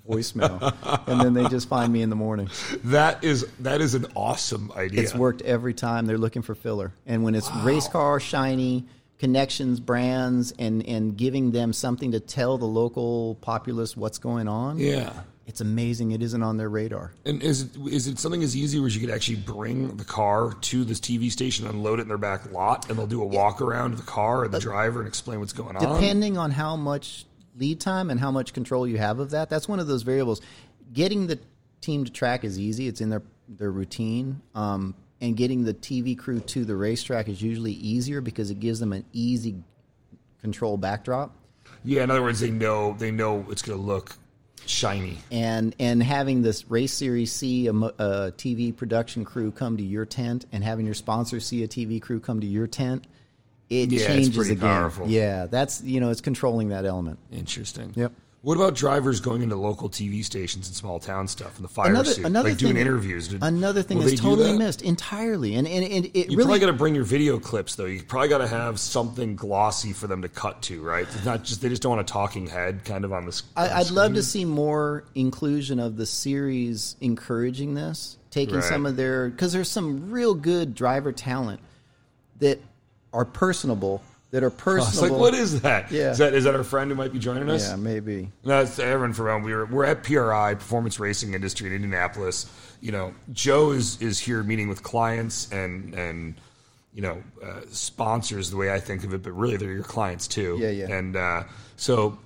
voicemail, and then they just find me in the morning. that is that is an awesome idea. It's worked every time. They're looking for filler, and when it's race car shiny connections, brands, and and giving them something to tell the local populace what's going on. Yeah. It's amazing. It isn't on their radar. And is it, is it something as easy as you could actually bring the car to this TV station, unload it in their back lot, and they'll do a walk around of the car and the driver and explain what's going on? depending on how much lead time and how much control you have of that that's one of those variables getting the team to track is easy it's in their their routine um, and getting the tv crew to the racetrack is usually easier because it gives them an easy control backdrop yeah, in other words, they know they know it's going to look shiny. and and having this race series see a, mo- a TV production crew come to your tent, and having your sponsor see a TV crew come to your tent, it Yeah, it's changes pretty again. powerful. Yeah, that's you know it's controlling that element. Interesting. Yep. What about drivers going into local TV stations and small town stuff and the fire another, suit, another like thing, doing interviews? Did- another thing will that's they do totally that? missed entirely, and and, and it You really probably got to bring your video clips though. You probably got to have something glossy for them to cut to, right? It's not just they just don't want a talking head kind of on this. I, I'd love to see more inclusion of the series encouraging this, taking Right. some of their because there's some real good driver talent that are personable, that are personable. It's like what is that? Yeah. Is that is that our friend who might be joining us? yeah, maybe. No, it's Aaron Ferron. We were we're at PRI Performance Racing Industry in Indianapolis. You know, Joe is is here meeting with clients and and you know uh, sponsors the way I think of it, but really they're your clients too. Yeah, yeah. And uh, so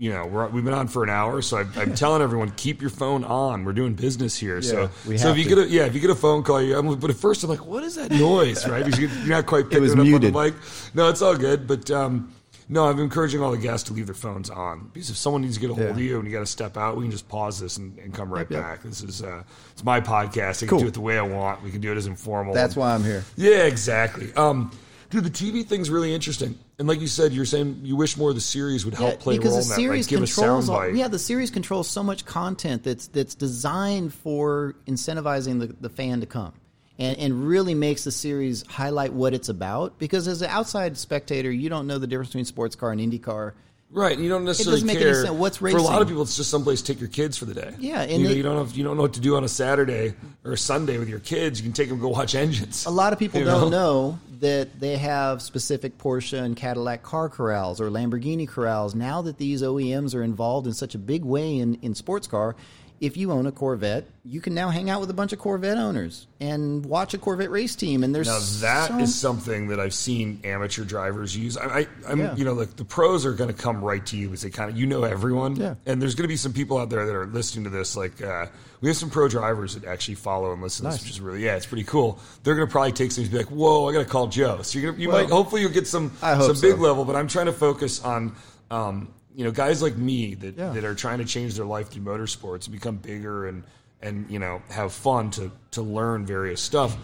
you know we're, we've been on for an hour, so I'm, I'm telling everyone keep your phone on. We're doing business here, so we so have if you to. get a yeah if you get a phone call, you I'm, but at first I'm like, what is that noise? Right? Because you- you're not quite picking it, was up on muted. the mic. No, it's all good, but. um no, I'm encouraging all the guests to leave their phones on because if someone needs to get a hold of Yeah. you and you got to step out, we can just pause this and, and come right yep. back. This is uh, it's my podcast. I can Cool. do it the way I want. We can do it as informal. That's why I'm here. Yeah, exactly. Um, dude, the TV thing's really interesting. And like you said, you're saying you wish more of the series would help Yeah, play a because role the in that. Like, series give a controls all, soundbite. yeah the series controls so much content that's that's designed for incentivizing the, the fan to come and and really makes the series highlight what it's about because as an outside spectator you don't know the difference between sports car and IndyCar Right, and you don't necessarily make any care. sense. What's for a lot racing? of people? It's just someplace to take your kids for the day. Yeah, and you, know, they- you don't have, you don't know what to do on a Saturday or a Sunday with your kids. You can take them go watch engines. a lot of people You don't know? know that they have specific Porsche and Cadillac car corrals or Lamborghini corrals. Now that these OEMs are involved in such a big way in, in sports car, if you own a Corvette, you can now hang out with a bunch of Corvette owners and watch a Corvette race team. And there's Now that so- is something that I've seen amateur drivers use. I, I I'm, Yeah. you know, like the pros are going to come right to you because they kind of, you know, everyone. Yeah. And there's going to be some people out there that are listening to this. Like, uh, we have some pro drivers that actually follow and listen. to This, Nice. which is really, yeah, it's pretty cool. They're going to probably take some and be like, "Whoa, I got to call Joe." So you're gonna, you Well, might, hopefully, you'll get some I hope some big so. level. But I'm trying to focus on. Um, you know, guys like me that, Yeah. that are trying to change their life through motorsports and become bigger and and you know have fun to to learn various stuff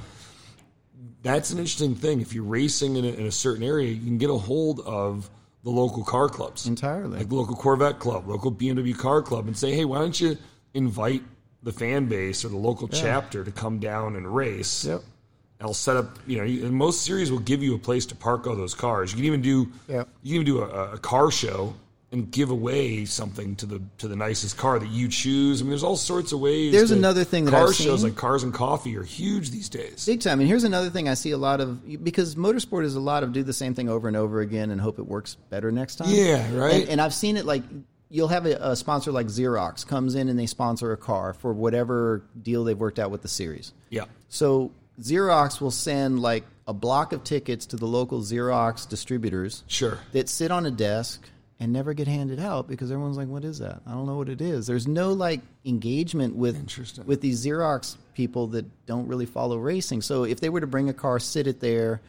that's an interesting thing. If you're racing in a, in a certain area, you can get a hold of the local car clubs Entirely. like the local Corvette club, local BMW car club, and say, hey, why don't you invite the fan base or the local chapter to come down and race? Yep. I'll set up. You know, you- and most series will give you a place to park all those cars. You can even do. Yep. You can even do a, a car show and give away something to the to the nicest car that you choose. I mean, there's all sorts of ways. There's another thing that car I've shows seen. like Cars and Coffee are huge these days. Big time. And here's another thing I see a lot of because motorsport is a lot of do the same thing over and over again and hope it works better next time. Yeah, right. And, and I've seen it like you'll have a, a sponsor like Xerox comes in and they sponsor a car for whatever deal they've worked out with the series. Yeah. So Xerox will send like a block of tickets to the local Xerox distributors Sure. that sit on a desk and never get handed out because everyone's like, "What is that? I don't know what it is." There's no like engagement with Interesting. with these Xerox people that don't really follow racing. So if they were to bring a car, sit it there,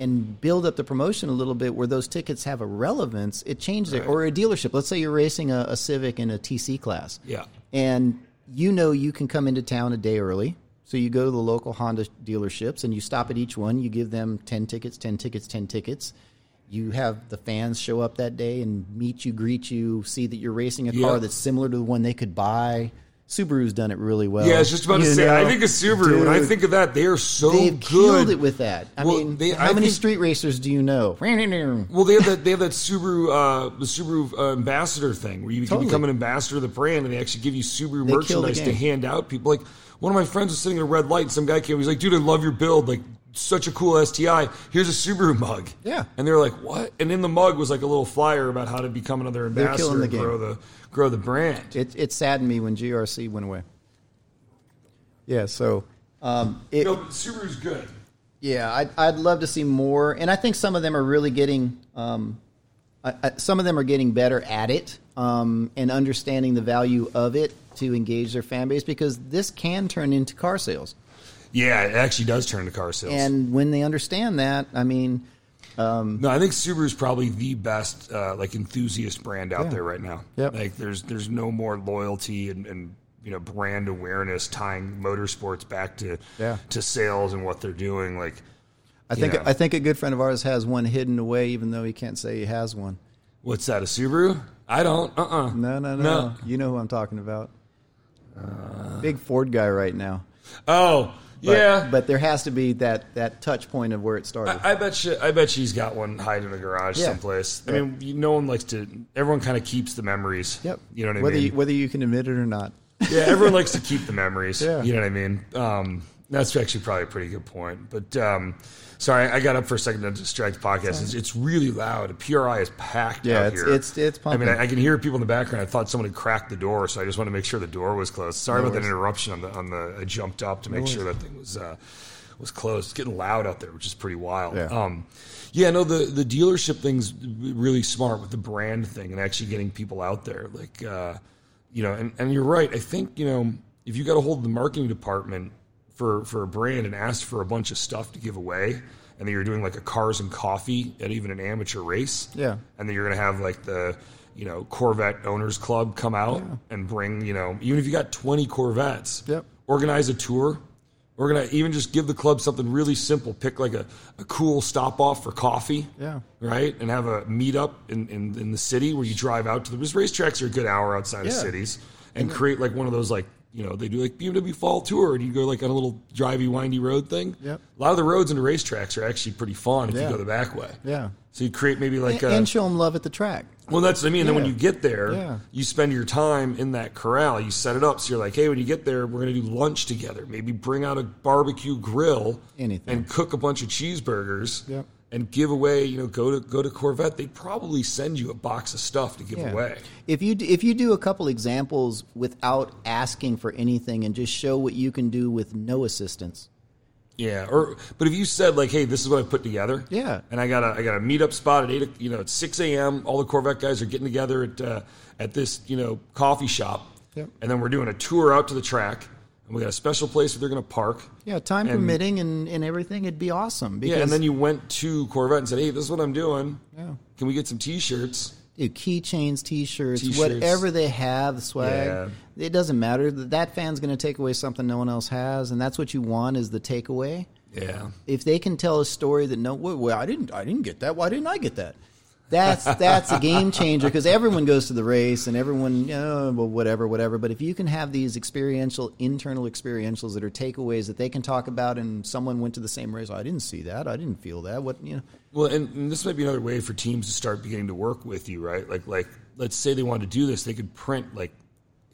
and build up the promotion a little bit, where those tickets have a relevance, it changes it. Or a dealership. Let's say you're racing a, a Civic in a TC class Yeah. and you know you can come into town a day early. So you go to the local Honda dealerships and you stop at each one. You give them 10 tickets, 10 tickets, 10 tickets. You have the fans show up that day and meet you, greet you, see that you're racing a Yeah. car that's similar to the one they could buy. Subaru's done it really well. Yeah, I was just about to You say. I know? think of Subaru. when I Dude, think of that, they are so they've good. killed it with that. I Well, mean, they- how I many think- street racers do you know? well, they have that. They have that Subaru, uh, the Subaru uh, ambassador thing, where you can Totally. become an ambassador of the brand, and they actually give you Subaru They kill the merchandise to game. hand out. People like one of my friends was sitting at a red light, and some guy came. He's like, "Dude, I love your build. Like, such a cool STI. Here's a Subaru mug." Yeah. and they're like, "What?" And in the mug was like a little flyer about how to become another ambassador killing the and game. grow the grow the brand. It, it saddened me when GRC went away. Yeah, so um, it, You know, Subaru's good. Yeah, I'd, I'd love to see more, and I think some of them are really getting, um, I, I, some of them are getting better at it um, and understanding the value of it to engage their fan base because this can turn into car sales, Yeah, it actually does turn to car sales. and when they understand that, I mean, No, I think Subaru's probably the best uh, like enthusiast brand out there right now. Yep. Like there's there's no more loyalty and, and you know brand awareness tying motorsports back to Yeah. to sales and what they're doing. Like I think Yeah. I think a good friend of ours has one hidden away, even though he can't say he has one. what's that a Subaru? I don't. Uh uh No, no, no, No. You know who I'm talking about? Big Ford guy right now. Oh But- yeah. but there has to be that that touch point of where it started. I bet you. I bet she's got one hiding in a garage Yeah. someplace. I mean, you, no one likes to. Everyone kind of keeps the memories. Yep. You know what whether I mean. You, whether you can admit it or not. yeah, everyone likes to keep the memories. Yeah. You know what I mean? Um, that's actually probably a pretty good point. But um, sorry, I got up for a second to distract the podcast. It's, it's really loud. PRI is packed Yeah, out it's- here. it's- it's pumping. I mean, I, I can hear people in the background. I thought someone had cracked the door, so I just wanted to make sure the door was closed. Sorry about that interruption on the on the. I jumped up to make sure that thing was uh, was closed. It's getting loud out there, which is pretty wild. Yeah. Um, yeah, no, the the dealership thing's really smart with the brand thing and actually getting people out there. Like, uh, you know, and, and you're right. I think you know if you got a hold of the marketing department for for a brand and asked for a bunch of stuff to give away, and then you're doing like a cars and coffee at even an amateur race, Yeah. and then you're gonna have like the you know Corvette owners club come out and bring you know even if you got 20 Corvettes, Yep. organize a tour. We're gonna even just give the club something really simple. Pick like a, a cool stop off for coffee, Yeah. right, and have a meetup in, in in the city where you drive out to the because racetracks are a good hour outside of cities, and create like one of those like you know, they do like BMW Fall Tour, and you go like on a little drivey, windy road thing. Yep. A lot of the roads and racetracks are actually pretty fun if you Yeah. go the back way. Yeah. So you create maybe like and, a and show them love at the track. well, that's what I mean. Then when Yeah. you get there, Yeah. you spend your time in that corral. You set it up so you're like, hey, when you get there, we're going to do lunch together. Maybe bring out a barbecue grill, Anything. and cook a bunch of cheeseburgers, Yep. and give away. You know, go to go to Corvette. They'd probably send you a box of stuff to give Yeah. away. If you d- if you do a couple examples without asking for anything and just show what you can do with no assistance. Yeah, or but if you said like, "Hey, this is what I put together," Yeah. and I got a I got a meetup spot at eight, o- you know, at six a.m. All the Corvette guys are getting together at uh, at this you know coffee shop, Yep. and then we're doing a tour out to the track, and we got a special place where they're going to park. Yeah, time And- permitting and, and everything, it'd be awesome. Because Yeah, and then you went to Corvette and said, "Hey, this is what I'm doing. Yeah. Can we get some T-shirts?" dude, keychains, t-shirts, T-shirts. whatever they have, the swag. It doesn't matter. Th- That fan's going to take away something no one else has, and that's what you want is the takeaway. Yeah, If they can tell a story that no, well, well, I didn't, I didn't get that. Why didn't I get that? That's that's a game changer because everyone goes to the race and everyone, oh, well, whatever, whatever. But if you can have these experiential, internal experientials that are takeaways that they can talk about, and someone went to the same race, I didn't see that, I didn't feel that. What you know? Well, and, and this might be another way for teams to start beginning to work with you, right? Like, like let's say they wanted to do this, they could print like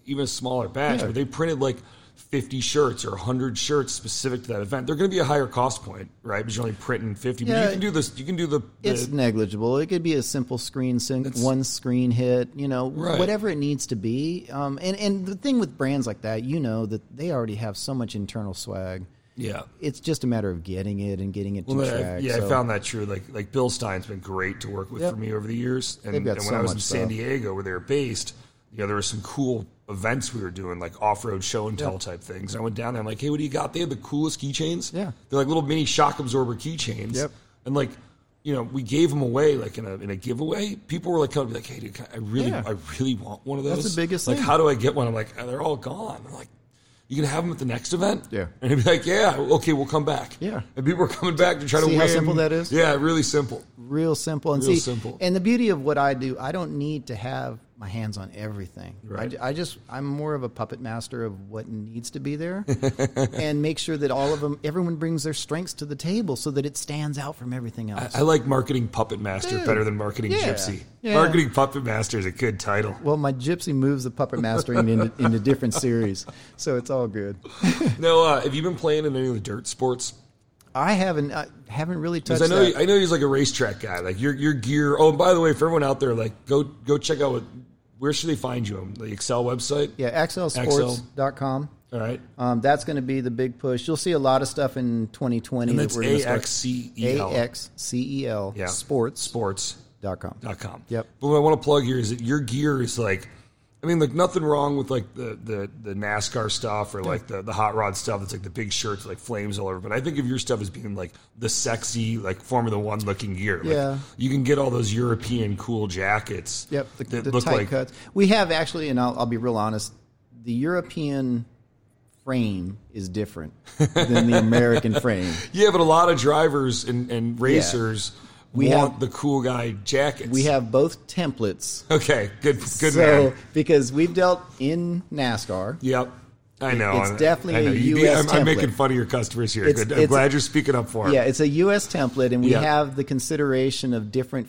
even a smaller batch, Yeah. but they printed like fifty shirts or hundred shirts specific to that event. They're going to be a higher cost point, right? Because you're only printing fifty. But Yeah. you can do this. You can do the. It's the negligible. It could be a simple screen sync, one screen hit, you know, Right. whatever it needs to be. Um, and, and the thing with brands like that, you know that they already have so much internal swag. yeah. It's just a matter of getting it and getting it to Well, I- track. yeah, so- I found that true. Like, like Bill Stein's been great to work with Yep. for me over the years, and, They've got and so when I was much in San stuff. Diego, where they were based, you know, there were some cool events we were doing, like off-road show and tell type things. And I went down there, I'm like, hey, what do you got? They had the coolest keychains. Yeah. they're like little mini shock absorber keychains. Yep. and like. You know, we gave them away like in a in a giveaway. People were like coming, like, "Hey, dude, can I I really, Yeah. I really want one of those." the biggest Like, thing. how do I get one? I'm like, "Oh, they're all gone. I'm like, you can have them at the next event. Yeah. and they'd be like, "Yeah, okay, we'll come back." Yeah. and people were coming back to try to See how win. simple that is? Yeah, really simple. real simple and Real see, simple. And the beauty of what I do, I don't need to have my hands on everything. I Right. ju- I, just I'm more of a puppet master of what needs to be there, and make sure that all of them, everyone brings their strengths to the table so that it stands out from everything else. I like marketing puppet master Yeah. better than marketing Yeah. gypsy. Yeah. Marketing puppet master is a good title. Well, my gypsy moves the puppet mastering into, into different series, so it's all good. no, uh, have you been playing in any of the dirt sports? I haven't I haven't really touched. Because I know that. I know he's like a racetrack guy. Like your your gear. Oh, and by the way, for everyone out there, like go go check out what. Where should they find you? On the Excel website. yeah, xlsports.com. All right. Um, that's going to be the big push. You'll see a lot of stuff in 2020. And that that's we're gonna A start- X C E L. A X C E L Yeah. Uh, sports Sports. dot com. com. Yep. But what I want to plug here is that your gear is like, I mean, like nothing wrong with like the the, the NASCAR stuff or like the, the hot rod stuff. That's like the big shirts, like flames all over. But I think of your stuff as being like the sexy, like Formula One looking gear. Like, Yeah. You can get all those European cool jackets. Yep, the, that the look tight like cuts. We have actually, and I'll, I'll be real honest, the European frame is different than the American frame. yeah, but a lot of drivers and and racers We want have- the cool guy jackets. We have both templates. okay, good good so man. because we've dealt in NASCAR, Yep. I know. It's I- definitely I know. a You- US I'm, I'm making template. fun of your customers here. It's- Good. I'm it's- glad you're speaking up for 'em. yeah, it's a U.S. template, and we Yeah. have the consideration of different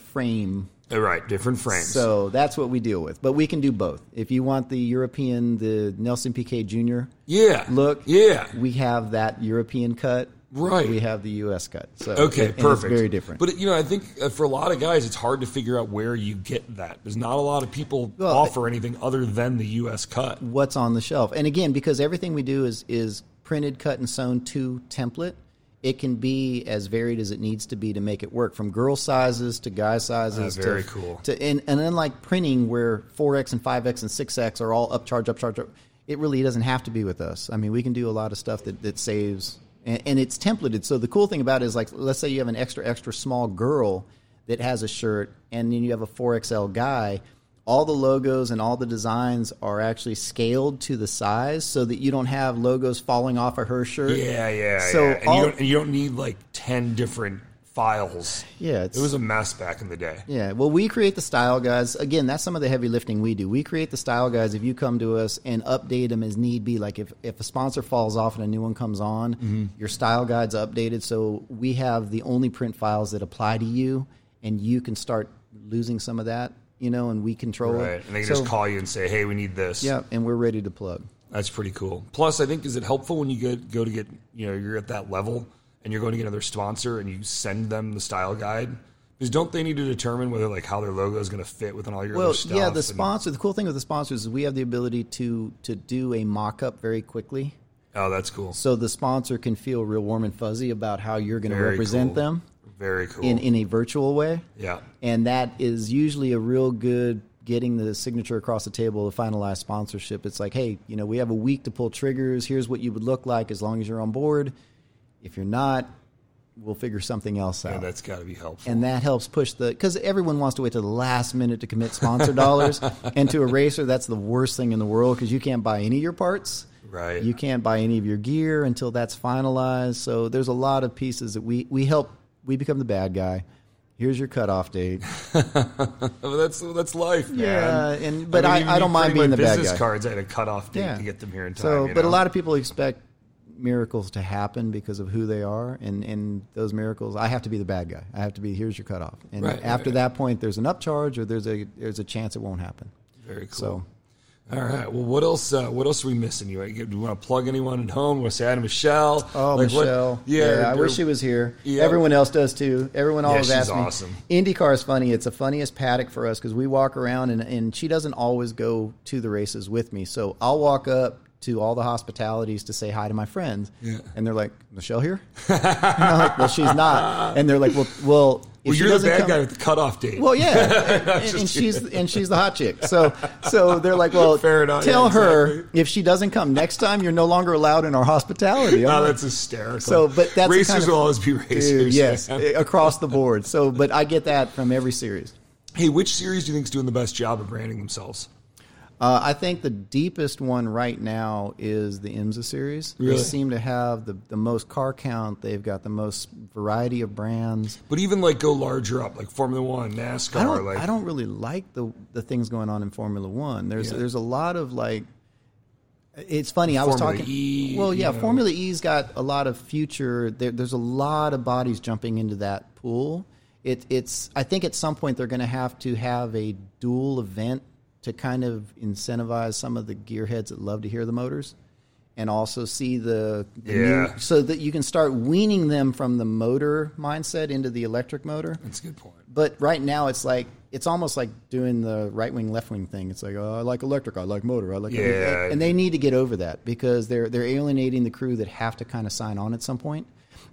Uh, frame. Right, different frames. So that's what we deal with. But we can do both. If you want the European, the Nelson Piquet Jr. yeah, look, yeah, we have that European cut. Right. We have the U.S. cut. So okay, and- and perfect. It's very different. But you know, I think uh, for a lot of guys, it's hard to figure out where you get that. There's not a lot of people Well, offer anything other than the U.S. cut. what's on the shelf. And again, because everything we do is is printed, cut, and sewn to template, it can be as varied as it needs to be to make it work, from girl sizes to guy sizes. Ah, very to, cool. To and, and unlike printing, where four X and five X and six X are all upcharge, upcharge, up, it really doesn't have to be with us. I mean, we can do a lot of stuff that that saves. And, and it's templated. So the cool thing about it is, like, let's say you have an extra, extra small girl that has a shirt, and then you have a 4XL guy, all the logos and all the designs are actually scaled to the size so that you don't have logos falling off of her shirt. Yeah, yeah, So yeah. And, all- you don't, and you don't need like ten different files. Yeah, it's, It was a mess back in the day. Yeah, well, we create the style guides. Again, that's some of the heavy lifting we do. We create the style guides if you come to us and update them as need be. Like if, if a sponsor falls off and a new one comes on, Mm-hmm. your style guide's updated. So we have the only print files that apply to you, and you can start losing some of that, you know, and we control Right. it. And they can So- just call you and say, hey, we need this. Yeah, and we're ready to plug. That's pretty cool. Plus, I think is it helpful when you get go to get you know you're at that level and you're going to get another sponsor and you send them the style guide because don't they need to determine whether like how their logo is going to fit within all your Well, other stuff? yeah, the and- sponsor. The cool thing with the sponsors is we have the ability to to do a mock up very quickly. oh, that's cool. so the sponsor can feel real warm and fuzzy about how you're going to Very represent cool. them Very cool. in, in a virtual way. yeah, And that is usually a real good getting the signature across the table to finalize sponsorship. It's like, hey, you know, we have a week to pull triggers. Here's what you would look like as long as you're on board. If you're not, we'll figure something else out yeah, that's got to be helpful. and that helps push the because everyone wants to wait to the last minute to commit sponsor dollars and to a racer that's the worst thing in the world because you can't buy any of your parts Right. you can't buy any of your gear until that's finalized so there's a lot of pieces that we we help we become the bad guy here's your cutoff date Oh, that's that's life, man. Yeah, and- but I- even I don't me mind printing being my the bad business guy. cards. I had a cutoff date yeah to get them here in time. so you but know? a lot of people expect miracles to happen because of who they are and and those miracles i have to be the bad guy i have to be here's your cutoff and Right, after right. that point there's an upcharge or there's a there's a chance it won't happen very cool. so All right. Well, what else? Uh, what else are we missing? You, do you want to plug anyone at home? Want to say hi to Michelle? Oh, Like, what- Michelle. yeah, I they're- wish she was here. Yeah. Everyone else does too. Everyone always she's asks me. awesome. IndyCar is funny. It's the funniest paddock for us because we walk around and, and she doesn't always go to the races with me. So I'll walk up to all the hospitalities to say hi to my friends. Yeah. And they're like, Michelle here? And I'm like, well, she's not. And they're like, well, well, if Well, she you're the doesn't bad come- guy with the cutoff date. Well, yeah, and, and she's and she's the hot chick. So so they're like, well, Fair enough. tell Yeah, her if she doesn't come next time, you're no longer allowed in our hospitality. I'm Oh, like, that's hysterical. So, but that's the racers kind of- will always be racers. Dude, yes, eh, man. across the board. So, but I get that from every series. Hey, which series do you think is doing the best job of branding themselves? Uh, I think the deepest one right now is the IMSA series. Really? They seem to have the, the most car count. They've got the most variety of brands. But even like go larger up, like Formula One, NASCAR. I don't, like I don't really like the the things going on in Formula One. There's Yeah. there's a lot of like. It's funny. I was Formula talking. E, well, yeah, you know. Formula E's got a lot of future. There, there's a lot of bodies jumping into that pool. It, it's. I think at some point they're going to have to have a dual event to kind of incentivize some of the gearheads that love to hear the motors, and also see the, the new- Yeah. so that you can start weaning them from the motor mindset into the electric motor That's a good point. but right now it's like it's almost like doing the right wing left wing thing. It's like oh, I like electric, I like motor, I like Yeah. and they need to get over that because they're they're alienating the crew that have to kind of sign on at some point.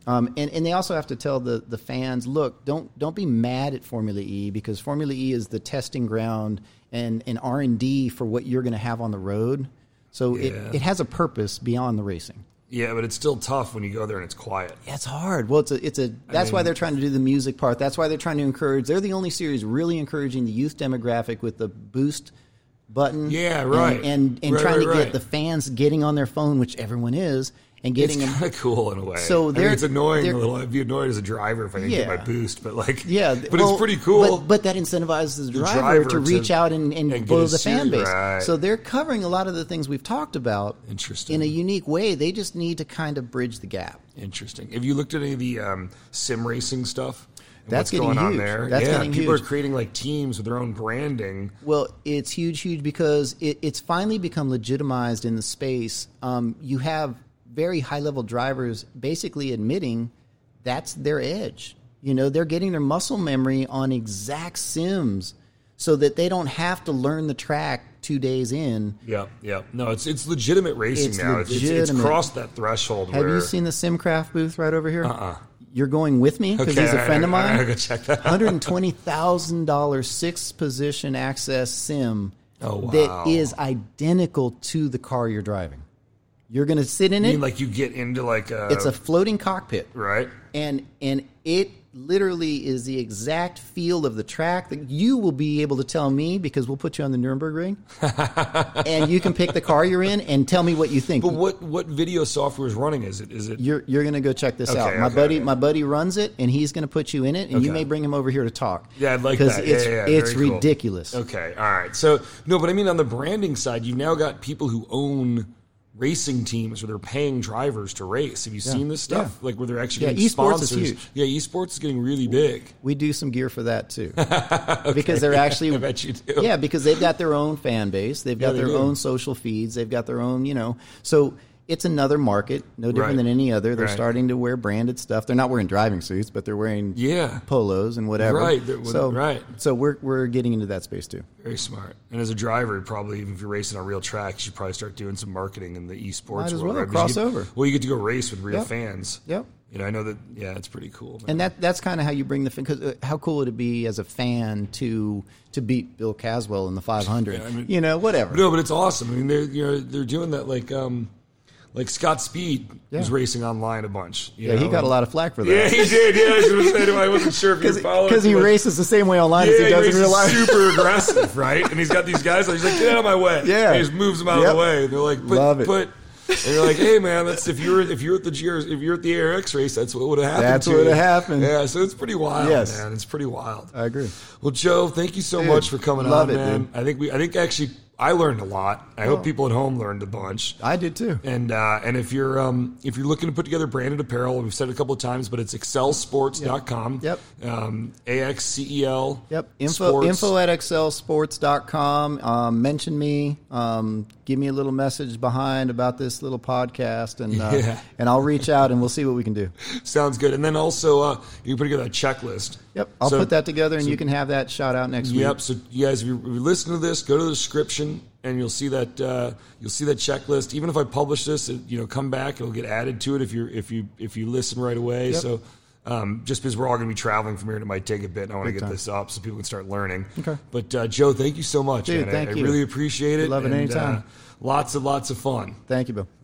Um, and, and they also have to tell the, the fans, look, don't don't be mad at Formula E because Formula E is the testing ground and and R and D for what you're going to have on the road. So Yeah. it, it has a purpose beyond the racing. Yeah, but it's still tough when you go there and it's quiet. That's hard. Well, it's a, it's a. That's why mean- they're trying to do the music part. That's why they're trying to encourage. They're the only series really encouraging the youth demographic with the boost button. Yeah, and- right. And and, Right, trying right, to right. get the fans getting on their phone, which everyone is, and It's getting them. kind of cool in a way. So I mean, they're- it's annoying. A they're- little. I'd be annoyed as a driver if I didn't get Yeah. my boost. But like, Yeah, but well, it's pretty cool. But, but that incentivizes the driver, driver to reach to- out and, and, and get blow a the fan series, base. right. So they're covering a lot of the things we've talked about Interesting. in a unique way. They just need to kind of bridge the gap. Interesting. Have you looked at any of the um, sim racing stuff? And That's what's going getting on huge. there? That's yeah, getting people huge. are creating like teams with their own branding. Well, it's huge, huge because it, it's finally become legitimized in the space. Um, you have very high level drivers basically admitting that's their edge. You know, they're getting their muscle memory on exact sims so that they don't have to learn the track two days in. Yeah, yeah. No, it's it's legitimate racing It's now. It's- It's, it's legitimate. crossed that threshold. Have where, you seen the SimCraft booth right over here? Uh-uh. You're going with me because Okay, he's a friend of I- I- I mine. gotta go check that out. $120,000 six position access sim Oh, wow. that is identical to the car you're driving. You're going to sit in I it. mean, like you get into like a, it's a floating cockpit. right. and and it literally is the exact feel of the track that you will be able to tell me because we'll put you on the Nuremberg ring, and you can pick the car you're in and tell me what you think. But what what video software is running? Is it is it You're you're gonna go check this out. My okay, buddy, okay. my buddy runs it, and he's gonna put you in it, and you Okay. may bring him over here to talk. Yeah, I'd like that. Yeah, it's yeah, yeah. it's Very cool. ridiculous. Okay, all right. So no, but I mean on the branding side, you've now got people who own racing teams or they're paying drivers to race. Have you seen this stuff? Like where they're actually Yeah, getting esports is sponsors. huge. Yeah, esports is getting really big. We do some gear for that too, because they're actually I bet you do. Yeah, because they've got their own fan base, they've got they their do. own social feeds, they've got their own, you know. So it's another market, no different Right. than any other. They're Right. starting to wear branded stuff. They're not wearing driving suits, but they're wearing Yeah. polos and whatever. Right, they're- So right. So we're we're getting into that space too. Very smart. And as a driver, probably even if you're racing on real track, you should probably start doing some marketing in the esports Might as world. well, right? Because you get- crossover. well, you get to go race with real Yep. fans. Yep. You know, I know that. Yeah, it's pretty cool. man. And that that's kind of how you bring the because uh, how cool would it be as a fan to to beat Bill Caswell in the 500? I mean- you know, whatever. No, but it's awesome. I mean, they're you know they're doing that like um like Scott Speed was Yeah. racing online a bunch. you yeah, he know? got a lot of flack for that. Yeah, he did. Yeah, I was gonna say to him, I wasn't sure if you were following Because he but- races the same way online Yeah, as he does in races real life. super aggressive, right? And he's got these guys. Like, he's like, get out of my way. Yeah. And he just moves them out of Yep. the way. And they're like, but, Love it. but. And you're like, hey man, that's if you're if you're at the GR, if you're at the ARX race, that's what would have happened. That's to what you. happened. Yeah, so it's pretty wild, Yes. man. It's pretty wild. I agree. Well, Joe, thank you so Dude, much for coming love on, it, man. dude. Oh. I think we, I think actually, I learned a lot. I hope people at home learned a bunch. I did too. And uh, and if you're um, if you're looking to put together branded apparel, we've said it a couple of times, but it's excelsports.com. Yep. Um, A X C E L. Yep. Info info at xlsports.com. Um, mention me. Um, give me a little message behind about this little podcast, and uh, Yeah. and I'll reach out and we'll see what we can do. Sounds good. And then also, uh, you can put together a checklist. Yep. I'll So- put that together, and you can have that shout out next week. Yep. So you guys, if you if you listen to this, go to the description, and you'll see that uh, you'll see that checklist. Even if I publish this, it, you know, come back, it'll get added to it if you are if you if you listen right away. Yep. So. Um, just because we're all going to be traveling from here, and it might take a bit, and I want to get this up so people can start learning. Okay. But uh, Joe, thank you so much. Dude, man. I- thank I, you. really appreciate it. Love it and, anytime. uh, lots and lots of fun. Thank you, Bill.